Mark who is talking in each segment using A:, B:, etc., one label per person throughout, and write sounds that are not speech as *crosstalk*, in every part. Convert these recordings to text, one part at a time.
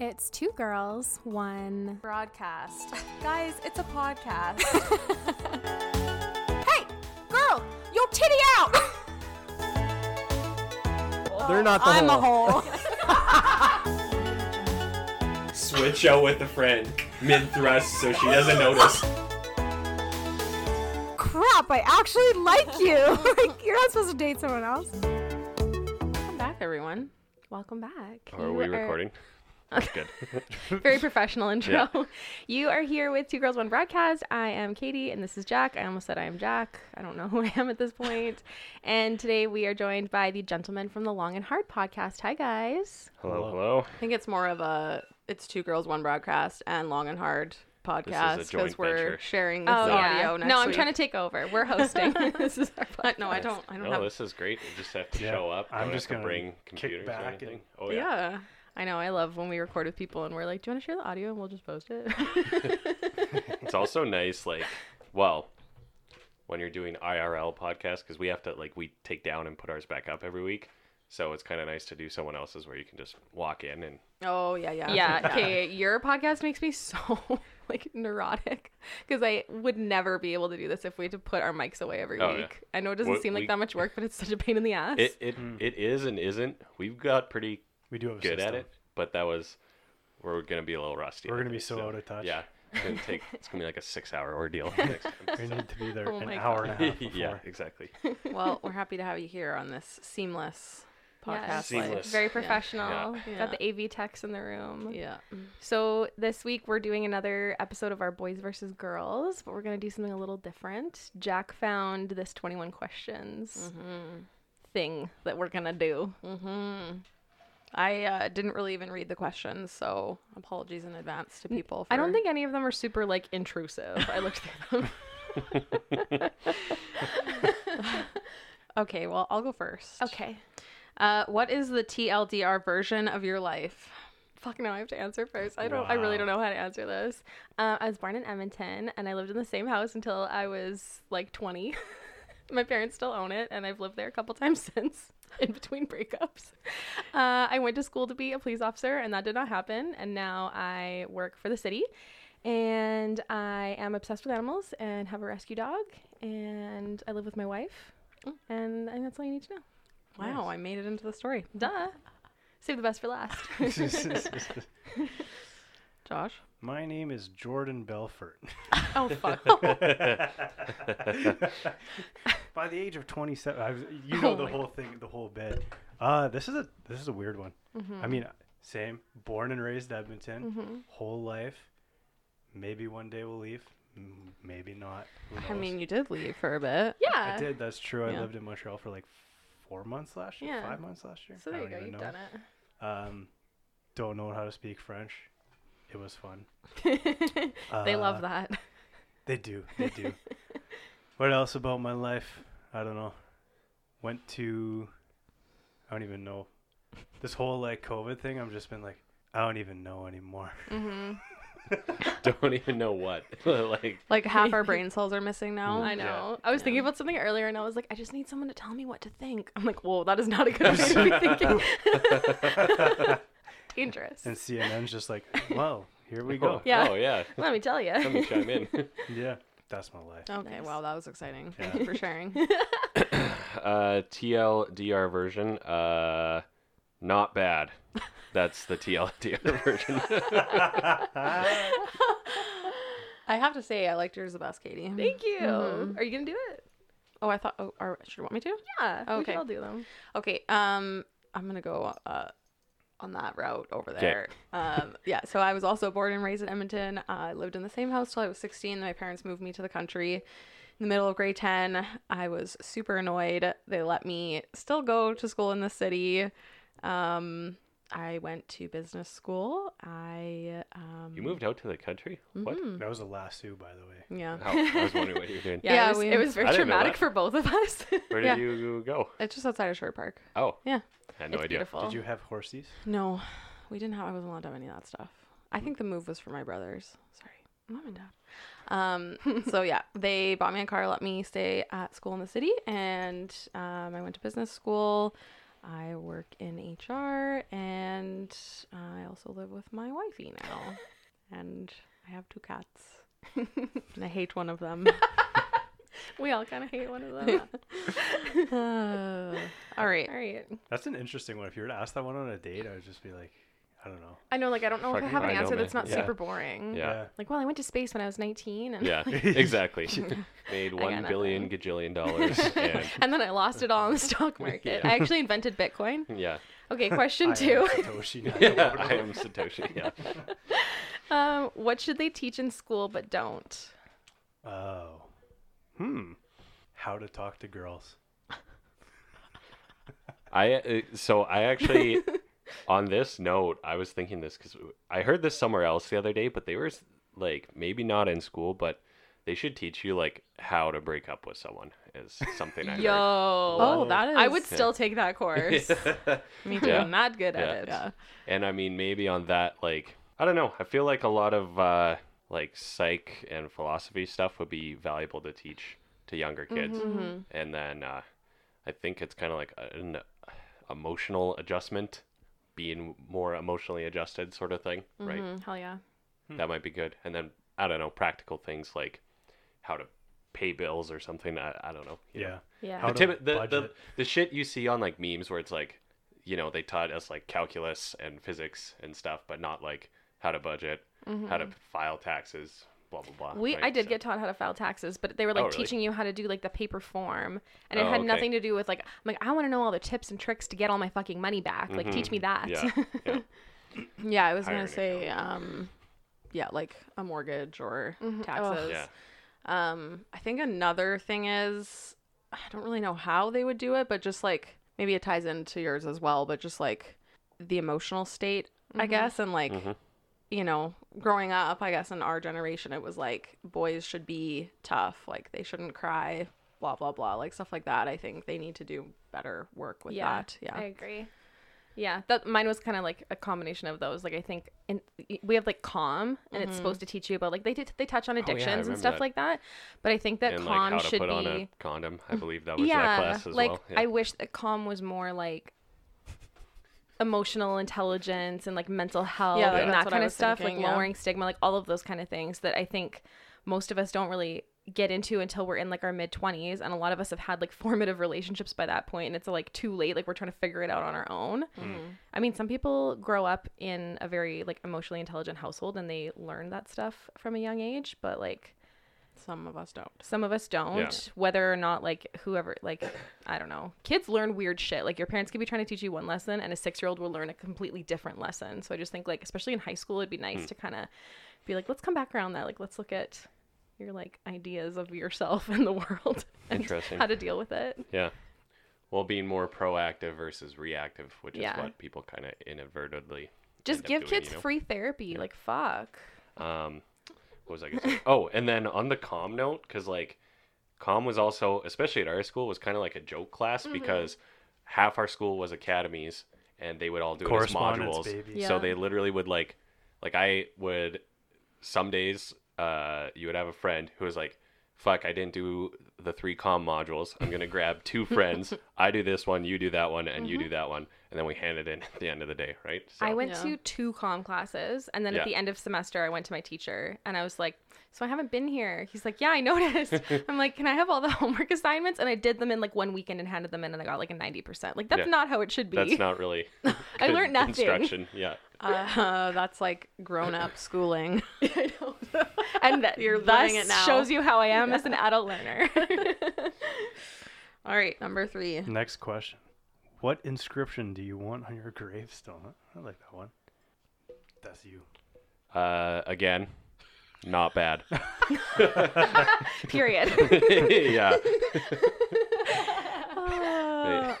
A: It's two girls, one.
B: broadcast. Guys, it's a
A: *laughs*
B: podcast. hey, girl, your titty out.
C: They're not the
A: I'm a
C: whole.
A: whole.
C: *laughs*
D: switch out with a friend mid thrust so she doesn't notice.
A: Crap, I actually like you. *laughs* like, you're not supposed to date someone else.
B: Welcome back, everyone. Welcome back.
D: Are
B: You
D: we recording? *laughs* Good.
B: Very professional intro. *laughs* You are here with Two Girls One Broadcast. I am Katie, and this is Jack. I almost said I am Jack. I don't know *laughs* who I am at this point. and today we are joined by the gentleman from the Long and Hard podcast. Hi, guys.
D: Hello, hello.
B: I think it's more of a it's Two Girls One Broadcast and Long and Hard podcast
D: joint
B: because we're
D: venture.
B: sharing this
E: Oh, yeah.
B: audio. Next
E: no, I'm
B: week.
E: trying to take over.
B: *laughs*
E: We're hosting. this is our podcast.
B: No, I don't. I don't
D: No,
B: have.
D: this is great. You just have to
C: Yeah,
D: show up.
C: I'm
D: Don't have
C: just
D: to
C: gonna
D: bring
C: kick
D: computers or
C: back and-
D: anything. oh
B: yeah.
D: yeah.
B: I know. I love when we record with people and we're like, "Do you want to share the audio?" and we'll just post it. *laughs*
D: It's also nice, like, well, when you're doing IRL podcasts, because we have to like we take down and put ours back up every week. So it's kind of nice to do someone else's where you can just walk in and
B: oh yeah, yeah,
E: Yeah, okay. Your podcast makes me so.
B: *laughs* like neurotic because I would never be able to do this if we had to put our mics away every
D: Oh, yeah.
B: week. I know it doesn't
D: What
B: seem like
D: we-
B: that much work, but it's such a pain in the ass.
D: it it, it is and isn't. We've got pretty
C: We do have a
D: good at
C: Hmm. system.
D: it, but that was we're gonna be a little rusty. I
C: We're gonna be
D: think,
C: so out of touch. *laughs*
D: Yeah, it's gonna take. It's gonna be like a six-hour ordeal. next time.
C: We need to be there
B: Oh
C: an
B: my
C: hour and a half before.
D: *laughs* yeah, exactly.
B: well, we're happy to have you here on this seamless
E: Yeah,
B: podcast.
E: it's
B: like-
D: Seamless.
E: Very professional.
B: Yeah.
E: Got the AV techs in the room.
B: Yeah.
E: So this week we're doing another episode of our Boys versus Girls, but we're gonna do something a little different. Jack found this 21 questions
B: Mm-hmm.
E: thing that we're gonna do.
B: I uh, didn't really even read the questions, so apologies in advance to people. For...
E: I don't think any of them are super like intrusive. I looked through them. *laughs*
B: Okay, well, I'll go first.
E: okay.
B: Uh, what is the TLDR version of your life?
E: Fuck no, I have to answer first. I don't. I really don't know how to answer this. Um, I was born in Edmonton, and I lived in the same house until I was like 20. *laughs* My parents still own it, and I've lived there a couple *laughs* times since, in between breakups. Uh, I went to school to be a police officer, and that did not happen. And now I work for the city, and I am obsessed with animals and have a rescue dog, and I live with my wife,
B: Oh.
E: and, and that's all you need to know.
B: Wow, I made it into the story.
E: Duh. Save the best for last. *laughs*
B: Josh?
C: *laughs* My name is Jordan Belfort.
E: oh
C: *laughs*
E: fuck.
C: By the age of 27, I was, you know
E: Oh
C: the
E: my
C: whole thing, the whole bit. Uh, this is a this is a weird one.
E: Mm-hmm.
C: I mean, same, born and raised Edmonton, whole life. Maybe one day we'll leave. m- Maybe not.
B: *laughs*
C: Who
B: I
C: knows?
B: mean, you did leave for a bit.
E: Yeah.
C: I did. That's true.
B: Yeah.
C: I lived in Montreal for like four months last year.
E: Yeah.
C: Five months last year.
E: So
C: I
E: there you
C: don't
E: go.
C: even
E: You've
C: know.
E: done it.
C: Um, don't know how to speak French. It was fun.
B: *laughs*
E: they
C: Uh,
E: love that.
C: They do. They do.
E: *laughs*
C: what else about my life? I don't know. Went to. I don't even know. This whole like COVID thing, I've just been like, I don't even know anymore. *laughs*
E: Mm-hmm.
D: Don't even know what. *laughs* like
B: Like half *laughs* our brain cells are missing
C: Mm,
B: now.
E: I know. I was thinking about something earlier and I was like, I just need someone to tell me what to think. I'm like, whoa, that is not a
C: *laughs*
E: good way
B: *laughs*
E: to be thinking. Dangerous.
C: And CNN's just like, well, here we
D: oh
C: go.
E: *laughs*
C: Yeah.
E: Yeah.
D: oh yeah.
E: Let me tell you. *laughs*
D: Let me chime in.
C: that's my life.
B: Okay, wow, that was exciting. Thank
C: Yeah.
B: you for sharing.
D: Uh, TLDR version. Uh, not bad. That's the TLDR *laughs* version.
B: I have to say, I liked yours the best, Katie.
E: Thank you. Are you gonna do it?
B: Oh, I thought. Oh, are, should you want me to?
E: Yeah. We
B: Okay.
E: can all do them.
B: Okay. Um, I'm gonna go uh, on that route over there. Um, *laughs* yeah. So I was also born and raised in Edmonton. I lived in the same house till I was 16. My parents moved me to the country. In the middle of grade 10, I was super annoyed. They let me still go to school in the city. Um, I went to business school. I um,
D: you moved out to the country. What?
E: Hmm.
C: That was a lasso, by the way.
B: yeah.
D: How? I was wondering what you were doing.
E: Uh, Yeah.
B: Yeah,
E: it, was,
B: we-
E: it was
D: I
E: very
D: didn't know
E: traumatic
D: that.
E: for both of us. *laughs*
D: Where did
B: Yeah.
D: you go?
B: It's just outside of Sherwood Park.
D: Oh,
B: Yeah.
D: I had no
E: it's
D: idea.
E: beautiful.
C: Did you have horses?
B: No, we didn't have. I wasn't allowed to have any of that stuff. I think the move was for my brothers. Sorry, mom and dad. *laughs* Um, so yeah, they bought me a car, let me stay at school in the city, and um, I went to business school. I work in HR, and I also live with my wifey *laughs* now. and I have two cats. *laughs* and I hate one of *laughs* them.
E: We all kind of hate one of *laughs* them.
B: Uh, all right.
E: All right.
C: That's an interesting one. If you were to ask that one on a date, I would just be like, I don't know.
E: I know, like, I don't know if I
D: Fucking
E: have an
D: I know,
E: answer
D: man.
E: that's not
D: Yeah.
E: super boring.
D: Yeah.
E: Like, well, I went to space when I was 19. And,
D: Yeah, exactly. Made
E: got
D: one billion gajillion dollars. and
E: *laughs* and then I lost it all in the stock market.
D: *laughs* Yeah.
E: I actually invented Bitcoin.
D: yeah, *laughs*
E: Okay,
C: I
E: question
C: am
E: two.
C: Satoshi *laughs*
D: yeah,
C: Nakamoto.
D: I am Satoshi. Yeah,
E: Um, what should they teach in school but don't?
C: Oh. Hmm. How to talk to girls.
D: I uh, so
B: *laughs*
D: I actually on this note I was thinking this because I heard this somewhere else the other day, but they were s- like maybe not in school, but they should teach you like how to break up with someone is something I heard.
E: Yo.
B: Oh, that is.
E: I would still take that
D: *laughs*
E: course.
B: Me too.
D: Yeah.
E: I'm not good at
D: Yeah.
E: it.
B: Yeah.
D: And I mean, maybe on that, like, I don't know. I feel like a lot of uh, like psych and philosophy stuff would be valuable to teach to younger kids. And then uh, I think it's kind of like an emotional adjustment, being more emotionally adjusted, sort of thing, right?
E: Mm, hell yeah.
D: That might be good. And then I don't know, practical things like how to pay bills or something. I, I don't know. you know?
C: Yeah.
E: Yeah.
C: How
D: the,
C: to
D: typ- the, the,
C: budget.
D: the shit you see on like memes where it's like you know they taught us like calculus and physics and stuff but not like how to budget how to file taxes blah blah blah
E: Mm-hmm. We
D: right?
E: I did
D: So-
E: get taught how to file taxes, but they were like
D: Oh, really?
E: teaching you how to do like the paper form, and it
D: Oh,
E: had
D: okay.
E: nothing to do with like I'm like I want to know all the tips and tricks to get all my fucking money back. Like teach me that.
D: yeah, yeah.
B: Yeah, I was
D: Hire
B: gonna
D: an
B: say, um, yeah, like a mortgage or taxes.
D: Yeah.
B: Um, I think another thing is I don't really know how they would do it, but just like maybe it ties into yours as well, but just like the emotional state, I guess, and like you know, growing up, I guess in our generation, it was like boys should be tough, like they shouldn't cry, blah blah blah, like stuff like that. I think they need to do better work with that.
E: *laughs*
B: Yeah,
E: I agree. Yeah, that mine was kind of like a combination of those. Like I think in, we have like calm, and it's supposed to teach you about like they t- they touch on
D: Oh, I
E: addictions
D: remember
E: and stuff
D: that.
E: like that. But I think that
D: and like
E: calm
D: how to
E: should
D: put
E: be
D: on a condom i believe that was
E: yeah,
D: that class as
E: like
D: well yeah.
E: I wish that calm was more like emotional intelligence and like mental health
B: Yeah, like,
E: and
B: that's
E: that
B: what
E: kind
B: I
E: of
B: was
E: stuff,
B: thinking,
E: like
B: yeah.
E: lowering stigma, like all of those kind of things that I think most of us don't really get into until we're in like our mid 20s and a lot of us have had like *laughs* formative relationships by that point and it's like too late like we're trying to figure it out on our own.
D: Mm-hmm.
E: I mean some people grow up in a very like emotionally intelligent household and they learn that stuff from a young age but like
B: some of us
E: *laughs*
B: don't.
E: some of us don't whether or not like whoever like i don't know kids learn weird shit like your parents could be trying to teach you one lesson and a six year old will learn a completely different lesson so i just think like especially in high school it'd be nice
D: Hmm.
E: to kind of be like let's come back around that like let's look at your like ideas of yourself *laughs* and the world and
D: Interesting.
E: how to deal with it
D: yeah well being more proactive versus reactive which
E: Yeah.
D: is what people kind of inadvertently
E: just
D: end up
E: give
D: doing,
E: kids
D: you know?
E: free therapy like fuck
D: Um, what was I going to say? *laughs* Oh, and then on the calm note, because like calm was also, especially at our school, was kind of like a joke class
E: Mm-hmm.
D: because half our school was academies and they would all do it as
C: Correspondence,
D: modules.
C: baby.
D: So
E: Yeah.
D: they literally would like, like I would, some days, uh, you would have a friend who was like, fuck, I didn't do the three calm modules. I'm going to
E: *laughs*
D: grab two friends. I do this one, you do that one, and you do that one. And then we hand it in at the end of the day, right? So,
E: Mm-hmm. I went
B: Yeah.
E: to two calm classes, and then
D: Yeah.
E: at the end of semester, I went to my teacher and I was like, "So I haven't been here." He's like, "Yeah,
B: *laughs*
E: I *laughs* noticed." I'm like, "Can I have all the *laughs* homework assignments?" And I did them in like one weekend and handed them in, and I got like a ninety percent. Like that's
D: Yeah.
E: not how it should be.
D: that's not really.
E: *laughs* I
D: good *laughs*
E: learned nothing.
D: Instruction, yeah.
B: Uh, that's like grown up schooling.
E: and
B: *laughs*
E: that
B: You're
E: thus
B: living it now.
E: shows you how I am
B: *laughs*
E: as an adult learner. *laughs*
B: All right, number three.
C: Next question. What inscription do you want on your gravestone? I like that one. That's you.
D: Uh, again, not bad.
E: Period.
D: yeah,
B: Uh,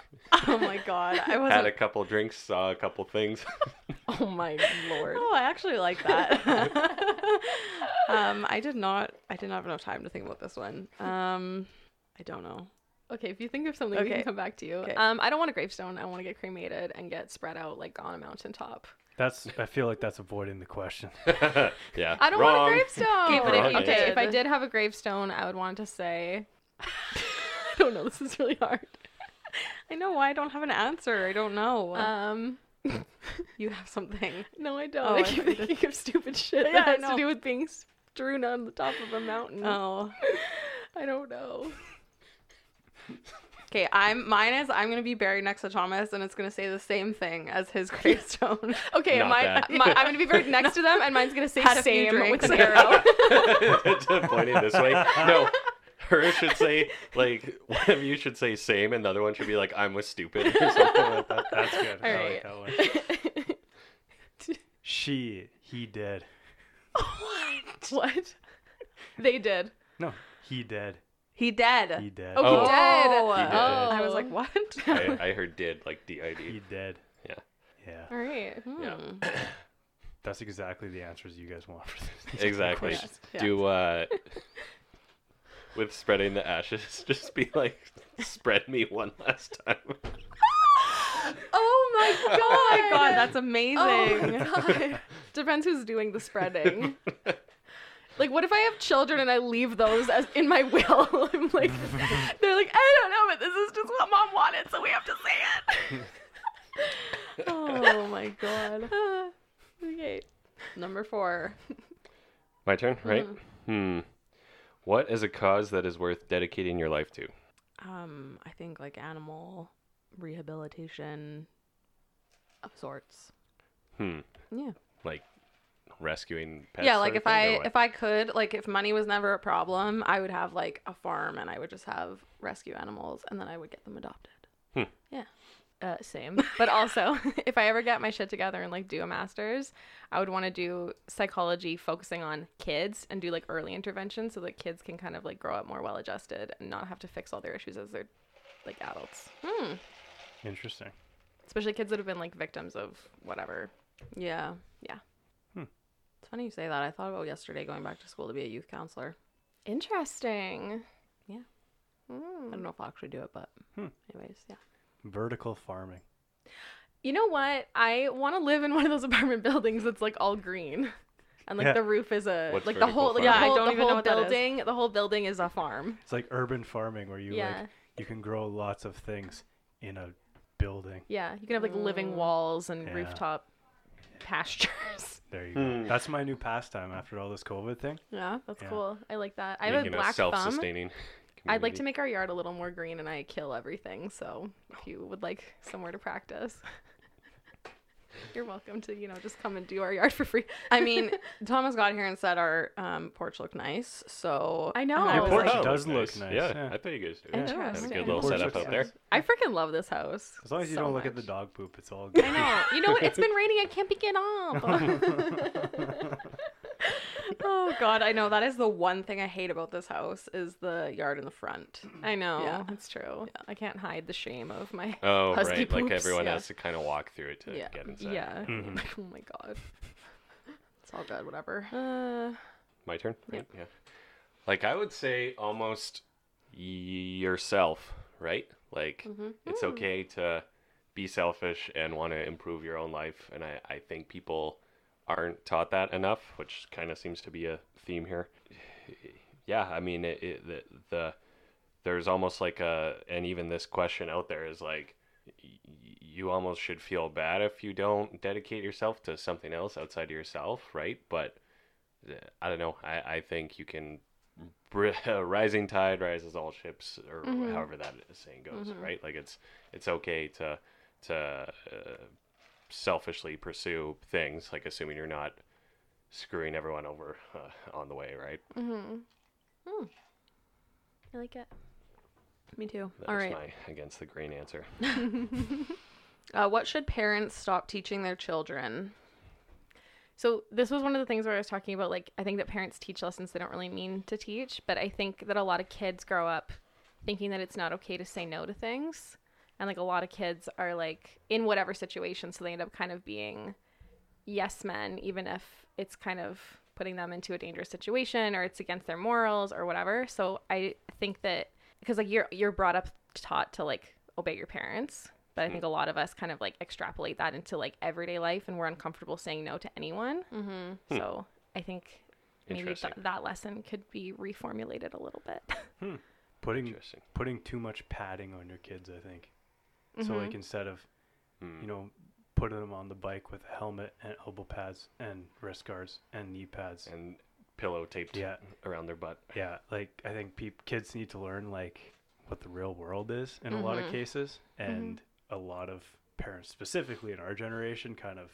B: oh my *laughs* god, I
D: had
B: wasn't.
D: a couple drinks, saw a couple things. *laughs*
E: *laughs* oh my lord.
B: Oh, I actually like that.
E: *laughs*
B: um, I did not. I did not have enough time to think about this one. Um, I don't know.
E: Okay, if you think of something, we
B: Okay.
E: can come back to you.
B: Okay.
E: Um, I don't want a gravestone. I want to get cremated and get spread out like on a mountaintop.
C: That's. I feel like that's avoiding the question.
D: yeah,
E: I don't
D: wrong.
E: want a
D: *laughs*
E: gravestone.
B: Okay,
D: but if you
E: okay,
B: did-
E: if I did have a gravestone, I would want to say, *laughs* I don't know. This is really hard.
B: I know why I don't have an answer. I don't know.
E: Um,
B: You have
E: *laughs*
B: something.
E: No, I
B: Oh,
E: don't. I
B: I
E: keep
B: thought you did.
E: thinking of stupid shit
B: Yeah, I
E: that has
B: know.
E: to do with being strewn on the top of a mountain.
B: Oh.
E: I don't *laughs* know.
B: Okay, I'm mine is I'm gonna be buried next to Thomas and it's gonna say the same thing as
E: *laughs*
B: his gravestone.
E: Okay,
D: Not
E: my,
D: that.
E: my, I'm gonna
B: *laughs*
E: be buried next to them, and mine's gonna say
B: Had a few
E: "same" with
B: drinks. *laughs*
E: an arrow.
D: Pointing this way. No. Her should say like one of you should say same and the other one should be like I'm with stupid or something like that.
C: *laughs* That's good. I
E: right.
C: like that one. She, he dead.
E: *laughs* what? They did.
C: No, he dead.
B: he dead.
C: He dead.
E: Oh,
D: Oh.
E: he dead.
B: Oh.
D: He dead.
B: I was like, what?
D: I, I heard did like D I D.
C: He dead.
D: Yeah.
C: Yeah.
E: All *laughs* right.
D: Yeah.
B: Hmm.
C: That's exactly the answers you guys want for this.
D: Exactly.
B: Yes, yes.
D: Do uh with spreading the ashes, *laughs* just be like spread me one last time.
E: *laughs* Oh my god.
B: Oh my god, that's amazing.
E: Oh my god. *laughs* Depends who's doing the spreading. Like, what if I have children and I leave those as in my will? *laughs* I'm like, they're like, I don't know, but this is just what mom wanted, so we have to say *laughs*
B: oh my god.
E: it. *laughs* okay.
B: Number four.
D: My turn, right?
E: Mm-hmm.
D: Hmm. What is a cause that is worth dedicating your life to?
B: Um, I think like animal rehabilitation of sorts.
D: Hmm.
B: Yeah.
D: Like rescuing pets.
B: yeah,
D: sort
B: like
D: of
B: if
D: thing, or
B: I
D: what?
B: if I could, like if money was never a problem, I would have like a farm and I would just have rescue animals and then I would get them adopted.
E: Uh,
B: *laughs*
E: same. But also, *laughs* if I ever get my shit together and like do a master's, I would want to do psychology focusing on kids and do like early intervention so that kids can kind of like grow up more well adjusted and not have to fix all their issues as they're like adults.
C: *laughs* Interesting.
E: Especially kids that have been like victims of whatever.
B: Yeah.
E: Yeah.
C: Hmm.
B: It's funny you say that. I thought about yesterday going back to school to be a youth counselor.
E: Interesting.
B: Yeah. I
E: Mm.
B: don't know if I'll actually do it, but
C: Hmm.
B: anyways, yeah.
C: Vertical farming.
E: You know what? I want to live in one of those *laughs* apartment buildings that's like all green. And like
C: Yeah.
E: the roof is a
D: What's
E: like the
D: vertical
E: whole like,
D: farming?
E: the
D: Yeah, I
E: whole,
B: don't
E: the
B: even know
E: whole
B: what that is.
E: building the whole building is a farm.
C: It's like urban farming where you
E: Yeah.
C: like you can grow lots of things in a building.
E: Yeah, you can have like living walls and
C: Yeah.
E: rooftop pastures. *laughs*
C: There you go.
D: Hmm.
C: That's my new pastime after all this COVID thing.
B: Yeah.
E: That's
C: Yeah.
E: cool. I like that. I have a
D: Making
E: black thumb.
D: self-sustaining.
E: I'd like
D: community.
E: to make our yard a little more green and I kill everything. So if you would like somewhere to practice, you're welcome to, you know, just come and do our yard for free.
B: I
E: *laughs*
B: mean, Thomas got here and said our um, porch looked nice, so
E: I know.
B: and
E: Your
B: was
C: porch
B: like,
C: does- look nice,
D: Yeah,
C: yeah.
D: I thought you guys did.
E: Interesting.
D: Had a
E: Yeah,
D: good little
C: porch
D: setup
C: looks
D: up there.
C: nice.
E: I freaking love this house.
C: As long as you
E: so
C: don't look at the
E: much.
C: dog poop, it's all good.
E: I know. You know what? It's
C: *laughs*
E: been raining. I can't be getting up.
B: Oh god, I know that is the one thing I hate about this house is the yard in the front.
E: I know.
B: Yeah.
E: That's true. I can't hide the shame of my.
D: Oh,
E: Husky
D: right. like
E: poops,
D: everyone
E: yeah.
D: has to kind of walk through it to
B: Yeah,
D: get inside.
E: Yeah. *laughs*
C: Mhm.
E: oh my God.
B: Mm-hmm. It's all good, whatever.
E: Uh,
D: My turn. Right? Yeah. Like I would say almost y- yourself, right? Like it's okay to be selfish and want to improve your own life, and I I think people aren't taught that enough, which kind of seems to be a theme here. Yeah, I mean it, it, the the there's almost like a and even this question out there is like y- you almost should feel bad if you don't dedicate yourself to something else outside of yourself, right? But I don't know. I, I think you can. br- *laughs* Rising tide rises all ships, or
B: Mm-hmm.
D: however that saying goes, right? Like it's it's okay to to uh, selfishly pursue things, like assuming you're not screwing everyone over uh, on the way, right?
E: I like it.
B: Me too.
D: That
B: all
D: was
B: right.
D: my against the grain answer.
B: Uh, what should parents stop teaching their children?
E: So this was one of the things where I was talking about like I think that parents teach lessons they don't really mean to teach, but I think that a lot of kids grow up thinking that it's not okay to say no to things. And like a lot of kids are like in whatever situation, so they end up kind of being yes men, even if it's kind of putting them into a dangerous situation or it's against their morals or whatever. So I think that because like you're you're brought up taught to like obey your parents, but I think a lot of us kind of like extrapolate that into like everyday life, and we're uncomfortable saying no to anyone. Mm-hmm. So I think maybe th-
D: Interesting.
E: that lesson could be reformulated a little bit.
C: putting
D: Interesting.
E: Mm-hmm.
D: Hmm.
C: putting too much padding on your kids, I think. So like instead of you know put them on the bike with a helmet and elbow pads and wrist guards and knee pads.
D: and pillow taped
C: Yeah.
D: around their butt.
C: Yeah, like I think peop kids need to learn like what the real world is in a lot of cases, and a lot of parents, specifically in our generation, kind of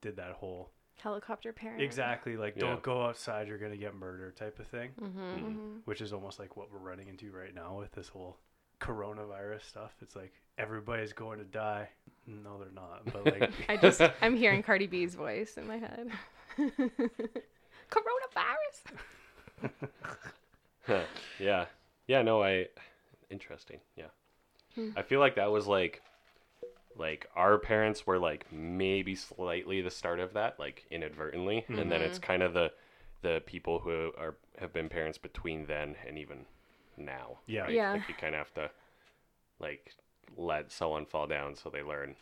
C: did that whole
E: *laughs* Helicopter parent.
C: exactly like
D: Yeah.
C: don't go outside, you're gonna get murdered type of thing,
B: Mm-hmm.
D: Mm.
C: which is almost like what we're running into right now with this whole coronavirus stuff. It's like everybody's going to die. No, they're not. But
D: *laughs*
C: like,
E: *laughs* I just I'm hearing Cardi B's voice in my head. *laughs* Coronavirus.
D: *laughs* yeah. Yeah, no, I interesting. Yeah.
E: Hmm.
D: I feel like that was like like our parents were like maybe slightly the start of that, like inadvertently, and then
E: Mm-hmm.
D: it's kind of the the people who are have been parents between then and even now.
C: Yeah.
D: right?
E: Yeah.
D: Like you kind of have to like let someone fall down so they learn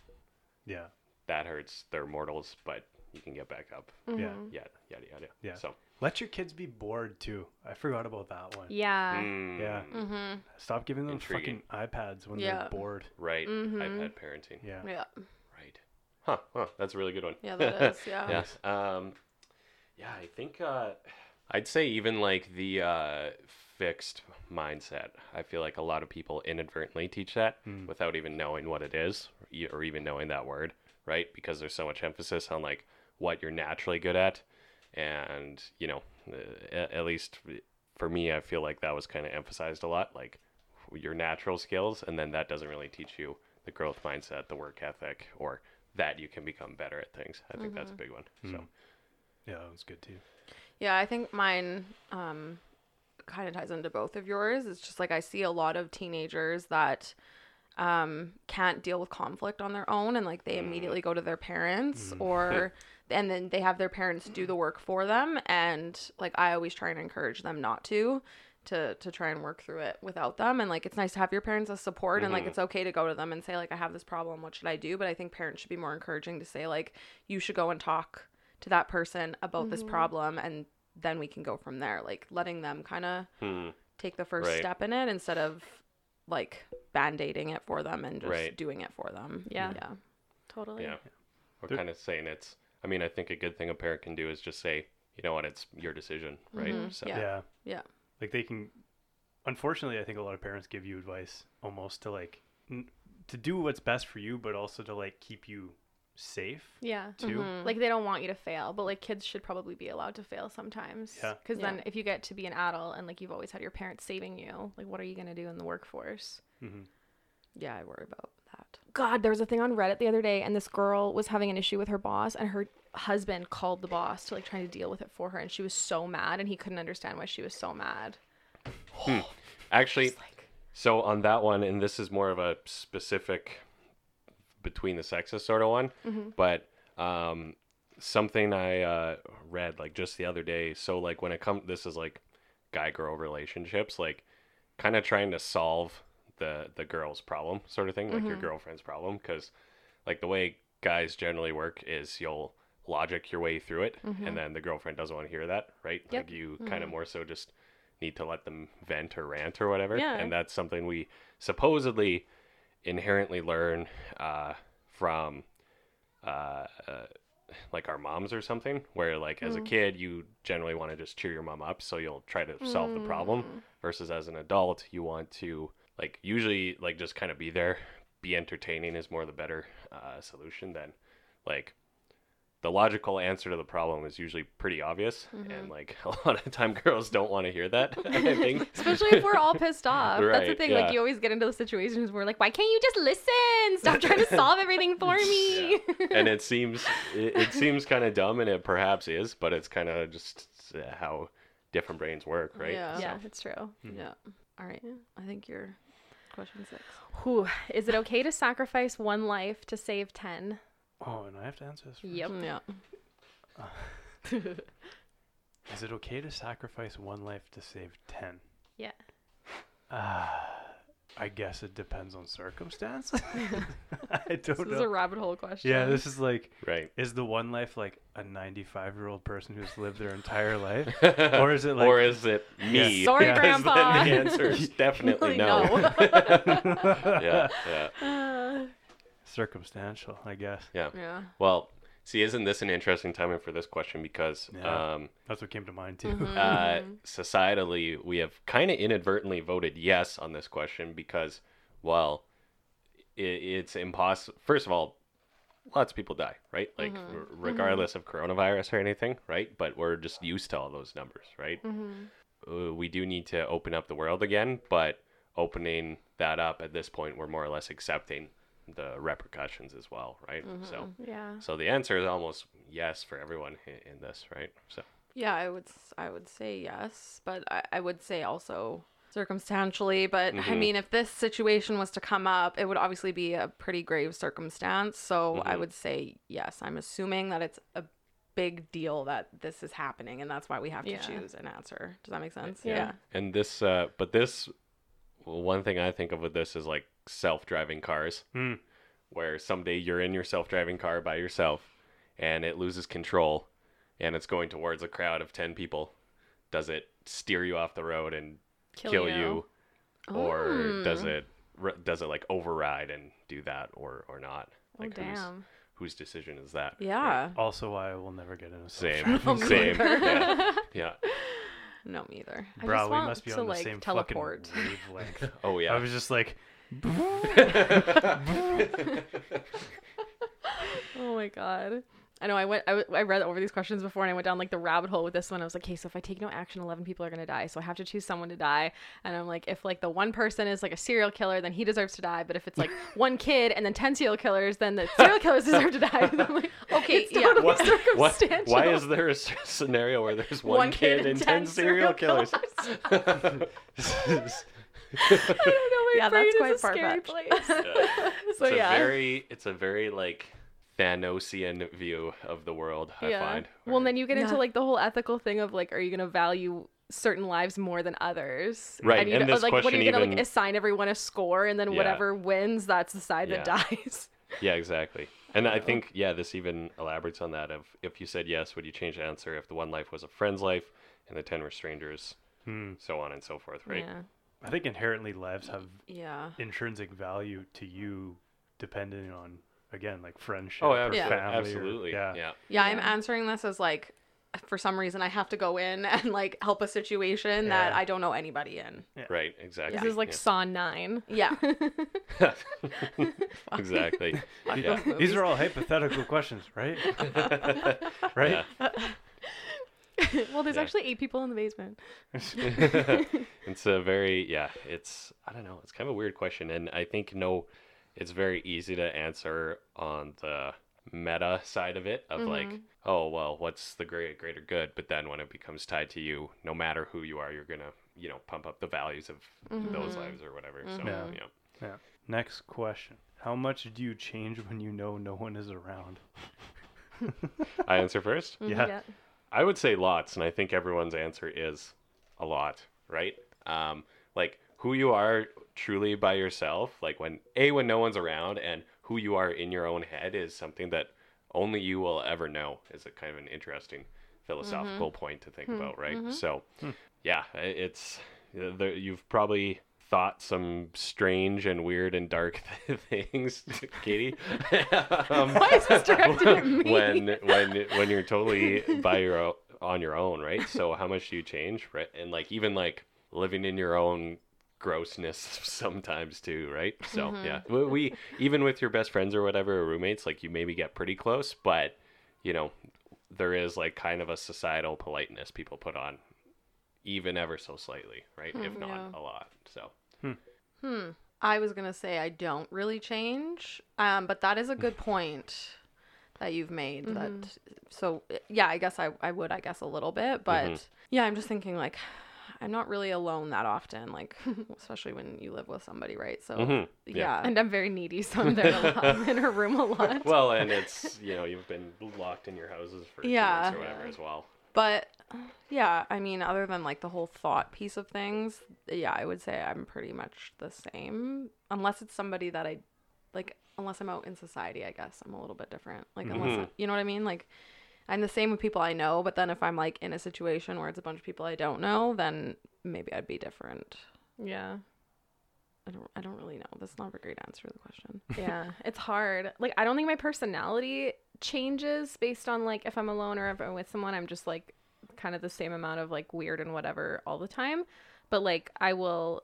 C: yeah,
D: that hurts, they're mortals, but you can get back up.
C: yeah,
E: Mm-hmm.
D: Yada yada yada.
C: Yeah.
D: So
C: let your kids be bored too. I forgot about that one.
E: Yeah.
D: mm,
C: Yeah.
B: Mm-hmm.
C: Stop giving them
D: Intriguing.
C: fucking iPads when
B: Yeah.
C: they're bored.
D: Right.
E: Mhm.
D: iPad parenting.
C: Yeah.
B: Yeah.
D: Right. Huh. Huh. That's a really good one.
B: Yeah,
D: *laughs*
B: that is. Yeah.
D: yeah. Um, yeah. I think uh, I'd say even like the uh, fixed mindset. I feel like a lot of people inadvertently teach that without even knowing what it is or e- or even knowing that word, right? Because there's so much emphasis on like what you're naturally good at, and you know, uh, a- at least for me, I feel like that was kind of emphasized a lot, like your natural skills, and then that doesn't really teach you the growth mindset, the work ethic, or that you can become better at things. I think that's a big one. So
C: Yeah, that was good too.
B: Yeah, I think mine um, kind of ties into both of yours. It's just like I see a lot of teenagers that um, can't deal with conflict on their own and like they immediately go to their parents or and then they have their parents do the work for them and like I always try and encourage them not to to to try and work through it without them and like it's nice to have your parents as support and like it's okay to go to them and say like I have this problem what should I do but I think parents should be more encouraging to say like you should go and talk to that person about this problem and then we can go from there like letting them kind of
D: Hmm.
B: take the first
D: Right.
B: step in it instead of like band-aiding it for them and just
D: Right.
B: doing it for them
E: Yeah.
B: yeah
E: Totally.
D: yeah, we're
C: There-
D: kind of saying it's. I mean, I think a good thing a parent can do is just say, you know what, it's your decision, right? So
B: Yeah.
C: Yeah.
B: Yeah.
C: Like they can unfortunately I think a lot of parents give you advice almost to like n- to do what's best for you but also to like keep you safe
E: Yeah. Mm-hmm.
C: too.
E: Like they don't want you to fail, but like kids should probably be allowed to fail sometimes.
C: Yeah.
E: Because
B: Yeah.
E: then if you get to be an adult and like you've always had your parents saving you, like what are you gonna do in the workforce?
B: yeah i worry about that
E: God, there was a thing on Reddit the other day, and this girl was having an issue with her boss, and her husband called the boss to like try to deal with it for her, and she was so mad, and he couldn't understand why she was so mad.
D: actually,
E: It's like,
D: So on that one, and this is more of a specific between the sexes sort of one, but um, something I uh, read like just the other day. So like when it comes, this is like guy girl relationships, like kind of trying to solve the the girl's problem sort of thing, like your girlfriend's problem, because like the way guys generally work is you'll logic your way through it and then the girlfriend doesn't want to hear that right like you kind of more so just need to let them vent or rant or whatever
E: Yeah.
D: and that's something we supposedly inherently learn uh, from uh, uh, like our moms or something where like as a
E: Mm.
D: kid you generally want to just cheer your mom up so you'll try to solve the
E: Mm.
D: problem versus as an adult you want to like usually like just kind of be there be entertaining is more the better uh, solution than like the logical answer to the problem is usually pretty obvious
E: Mm-hmm.
D: and like *laughs* a lot of time girls don't want to hear that *laughs* i think
E: *laughs* Especially if we're all pissed off. That's the
D: Right,
E: thing.
D: yeah.
E: Like you always get into those situations where like, why can't you just listen? Stop trying to solve everything
C: *laughs*
E: for me. *laughs*
D: and it seems it, it seems kind of dumb and it perhaps is but it's kind of just uh, how different brains work right
B: Yeah.
E: yeah, it's true.
D: mm-hmm.
B: yeah all right i think you're question six
E: Whew. Is it okay to sacrifice one life to save ten?
C: Oh, and I have to answer this.
E: Yep.
B: yeah
C: Is it okay to sacrifice one life to save 10?
E: Yeah.
C: *sighs* I guess it depends on circumstance.
E: *laughs*
C: *laughs* I don't
E: This
C: know.
E: is a rabbit hole question.
C: yeah, this is like
D: right
C: is the one life like a 95-year-old person who's lived their entire life
E: *laughs*
D: *laughs*
C: or is it like
D: or is it me
E: Yeah.
C: *laughs*
E: Sorry,
D: Because then
E: Grandpa.
D: the *laughs* answer is definitely
B: no.
E: Uh,
D: no, yeah yeah
C: circumstantial, I guess.
E: *laughs*
D: Yeah.
B: Yeah.
D: Well, see, isn't this an interesting timing for this question because
C: Yeah.
D: um,
C: That's what came to mind too.
E: Mm-hmm.
D: uh, societally we have kind of inadvertently voted yes on this question because, well, i it's impossible. First of all, lots of people die, right? Like r- regardless of coronavirus or anything, right? But we're just used to all those numbers, right? Uh, we do need to open up the world again, but opening that up at this point, we're more or less accepting the repercussions as well, right? So.
E: Yeah.
D: So the answer is almost yes for everyone i- in this, right? So
B: Yeah, I would s- I would say yes, but I, I would say also circumstantially. But I
D: Mhm.
B: mean, if this situation was to come up, it would obviously be a pretty grave circumstance. So I
D: Mhm.
B: would say yes. I'm assuming that it's a big deal that this is happening, and that's why we have to
E: Yeah.
B: choose an answer. Does that make sense?
E: Yeah.
D: and this, uh, but this, well, one thing I think of with this is like self-driving cars,
C: Hmm.
D: where someday you're in your self-driving car by yourself, and it loses control, and it's going towards a crowd of ten people. Does it steer you off the road and kill, you,
E: Oh,
D: or does it r- does it like override and do that, or or not?
E: Oh,
D: Like whose
E: damn.
D: whose decision is that?
B: Yeah.
C: *laughs* Also, why I will never get in a *laughs*
D: Same. Same.
B: neither.
D: Yeah. yeah.
B: No, me either.
E: I
C: Bro,
E: just
C: we
E: want
C: must be
E: to,
C: on the
E: like,
C: same
E: teleport.
C: fucking
E: *laughs*
C: wavelength.
D: Oh yeah.
C: I was just like,
E: Oh my god. I know I went I, w- I read over these questions before and I went down like the rabbit hole with this one. I was like, "Okay, so if I take no action, 11 people are going to die. So I have to choose someone to die." And I'm like, if like the one person is like a serial killer, then he deserves to die, but if
B: *laughs*
E: it's like one kid and then 10 serial killers, then the serial killers deserve to die. *laughs* I'm like,
B: Okay,
E: it's
B: yeah.
E: totally
D: *laughs* What- what-
E: circumstantial.
D: why is there a s- scenario where there's one, kid, and 10 serial killers?
E: I don't know. My
B: Yeah,
E: brain
B: that's
E: is
B: quite
E: a scary place.
D: Yeah.
E: so
D: *laughs* it's a
E: yeah.
D: very it's a very like Thanosian view of the world, I find.
E: Well, and then you get into
B: Yeah.
E: like the whole ethical thing of like, are you going to value certain lives more than others?
D: Right,
E: And, you
D: and
E: know,
D: this
E: like, what are
D: question
E: you to
D: even-
E: like assign everyone a score, and then
D: Yeah.
E: whatever wins, that's the side that dies.
D: Yeah, exactly. And I think yeah, this even elaborates on that of if you said yes, would you change the answer if the one life was a friend's life and the 10 were strangers,
C: hmm.
D: so on and so forth, right?
E: Yeah.
C: I think inherently lives have
B: Yeah.
C: intrinsic value to you, depending on again like friendship
D: Oh,
C: or
D: absolutely.
B: Yeah.
C: family. or-
D: absolutely.
C: yeah.
D: yeah.
B: Yeah, I'm
E: Yeah.
B: answering this as like, for some reason, I have to go in *laughs* and like help a situation that
C: Yeah.
B: I don't know anybody in.
D: Right, exactly.
E: This is like
D: yeah.
E: Saw Nine.
B: Yeah.
D: *laughs*
E: *laughs*
D: exactly. yeah.
C: These are all hypothetical questions,
D: *laughs*
C: right? right?
E: well, there's
D: Yeah.
E: actually eight people in the basement.
D: *laughs* it's a very yeah it's i don't know it's kind of a weird question and i think no it's very easy to answer on the meta side of it of like oh well what's the great greater good but then when it becomes tied to you no matter who you are you're gonna you know pump up the values of those lives or whatever so
C: Yeah.
D: yeah,
C: Yeah. *laughs* Next question. How much do you change when you know no one is around?
D: i answer first
E: Mm-hmm.
C: Yeah.
D: I would say lots, and I think everyone's answer is a lot, right? Um, like who you are truly by yourself, like when a when no one's around, and who you are in your own head is something that only you will ever know. Is a kind of an interesting philosophical point to think about, right? So, yeah, i- it's there, you've probably thought some strange and weird and dark *laughs* things,
E: *laughs*
D: Katie. um,
E: Why is this directed at me?
D: when when when you're totally by your o- on your own, right? So how much do you change, right? And like even like living in your own grossness *laughs* sometimes too, right? So
B: Mm-hmm.
D: yeah, we, we even with your best friends or whatever or roommates, like you maybe get pretty close, but you know there is like kind of a societal politeness people put on, even ever so slightly, right? if not
B: Hmm, yeah.
D: a lot. So
B: hmm. I was going to say I don't really change, um, but that is a good point that you've made. That So, yeah, I guess I, I would, I guess, a little bit. But yeah, I'm just thinking like, I'm not really alone that often, like, especially when you live with somebody, right? So,
D: Mhm.
B: yeah.
D: Yeah.
E: And I'm very needy, so I'm there a lot. I'm in her room a lot.
D: well, and it's you know you've been locked in your houses for two months
B: Yeah.
D: or whatever as well. *laughs*
B: But yeah, I mean, other than like the whole thought piece of things, yeah, I would say I'm pretty much the same. Unless it's somebody that I like, unless I'm out in society, I guess I'm a little bit different. Like,
D: Mm-hmm.
B: unless I- you know what I mean? Like, I'm the same with people I know, but then if I'm like in a situation where it's a bunch of people I don't know, then maybe I'd be different.
E: yeah.
B: I don't, I don't really know. That's not a great answer to the question.
E: yeah it's hard like i don't think my personality changes based on like if i'm alone or if i'm with someone i'm just like kind of the same amount of like weird and whatever all the time but like i will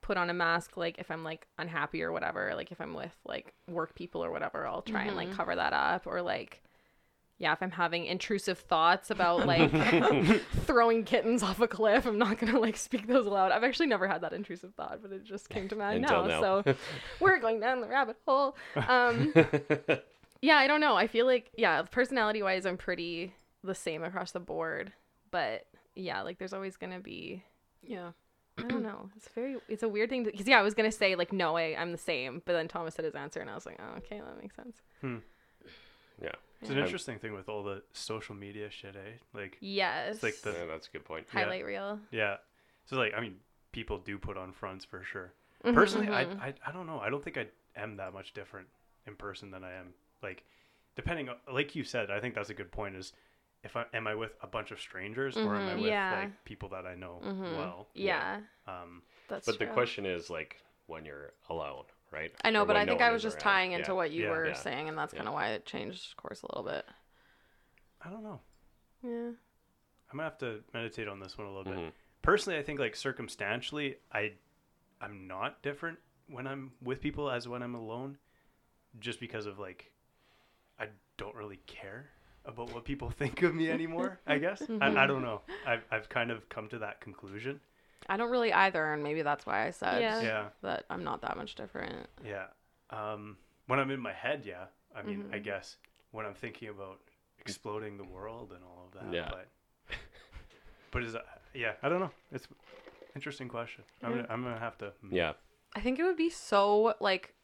E: put on a mask like if i'm like unhappy or whatever like if i'm with like work people or whatever i'll try and like
D: Mm-hmm.
E: cover that up or like yeah if i'm having intrusive thoughts
D: *laughs*
E: about like *laughs* throwing kittens off a cliff i'm not gonna like speak those aloud i've actually never had that intrusive thought but it just came to mind
D: Until
E: now,
D: now. *laughs*
E: so we're going down the rabbit hole um yeah i don't know i feel like yeah personality wise i'm pretty the same across the board but yeah like there's always gonna be
B: Yeah.
E: i don't know it's very it's a weird thing because yeah i was gonna say like no I, i'm the same but then thomas said his answer and i was like oh okay that makes sense
D: yeah.
C: It's an
D: Yeah.
C: interesting thing with all the social media shit, eh? Like,
E: yes
C: like the-
D: yeah, that's a good point.
C: Yeah.
E: highlight reel
C: yeah. So, like, I mean, people do put on fronts for sure. Personally, I, I, I don't know. I don't think I am that much different in person than I am. Like, depending, on, like you said, I think that's a good point is if I am I with a bunch of strangers or am I
E: Mhm.
C: with,
E: Yeah.
C: like, people that I know well?
E: yeah,
C: Um,
E: that's
D: But the
E: true.
D: question is like when you're alone, right?
B: I know,
D: Or
B: but
D: when
B: I
D: no
B: think
D: one
B: I was
D: is
B: just
D: around.
B: tying
D: Yeah.
B: into what you
C: Yeah.
B: were
D: Yeah.
B: saying, and that's
D: Yeah.
B: kind of why it changed course a little bit.
C: I don't know.
E: yeah
C: I'm gonna have to meditate on this one a little bit.
D: Mhm.
C: Personally, I think like circumstantially, I I'm not different when I'm with people as when I'm alone, just because of like I don't really care about what people *laughs* think of me anymore.
D: *laughs*
C: I guess I, I don't know. I've I've kind of come to that conclusion.
B: I don't really either, and maybe that's why I said
E: Yeah.
C: Yeah,
B: that I'm not that much different.
C: yeah. Um, when I'm in my head, yeah. I mean, I guess when I'm thinking about exploding the world and all of that.
D: Yeah.
C: But but is that, yeah. I don't know. It's interesting question. I'm gonna, I'm gonna have to.
D: Yeah.
B: I think it would be so like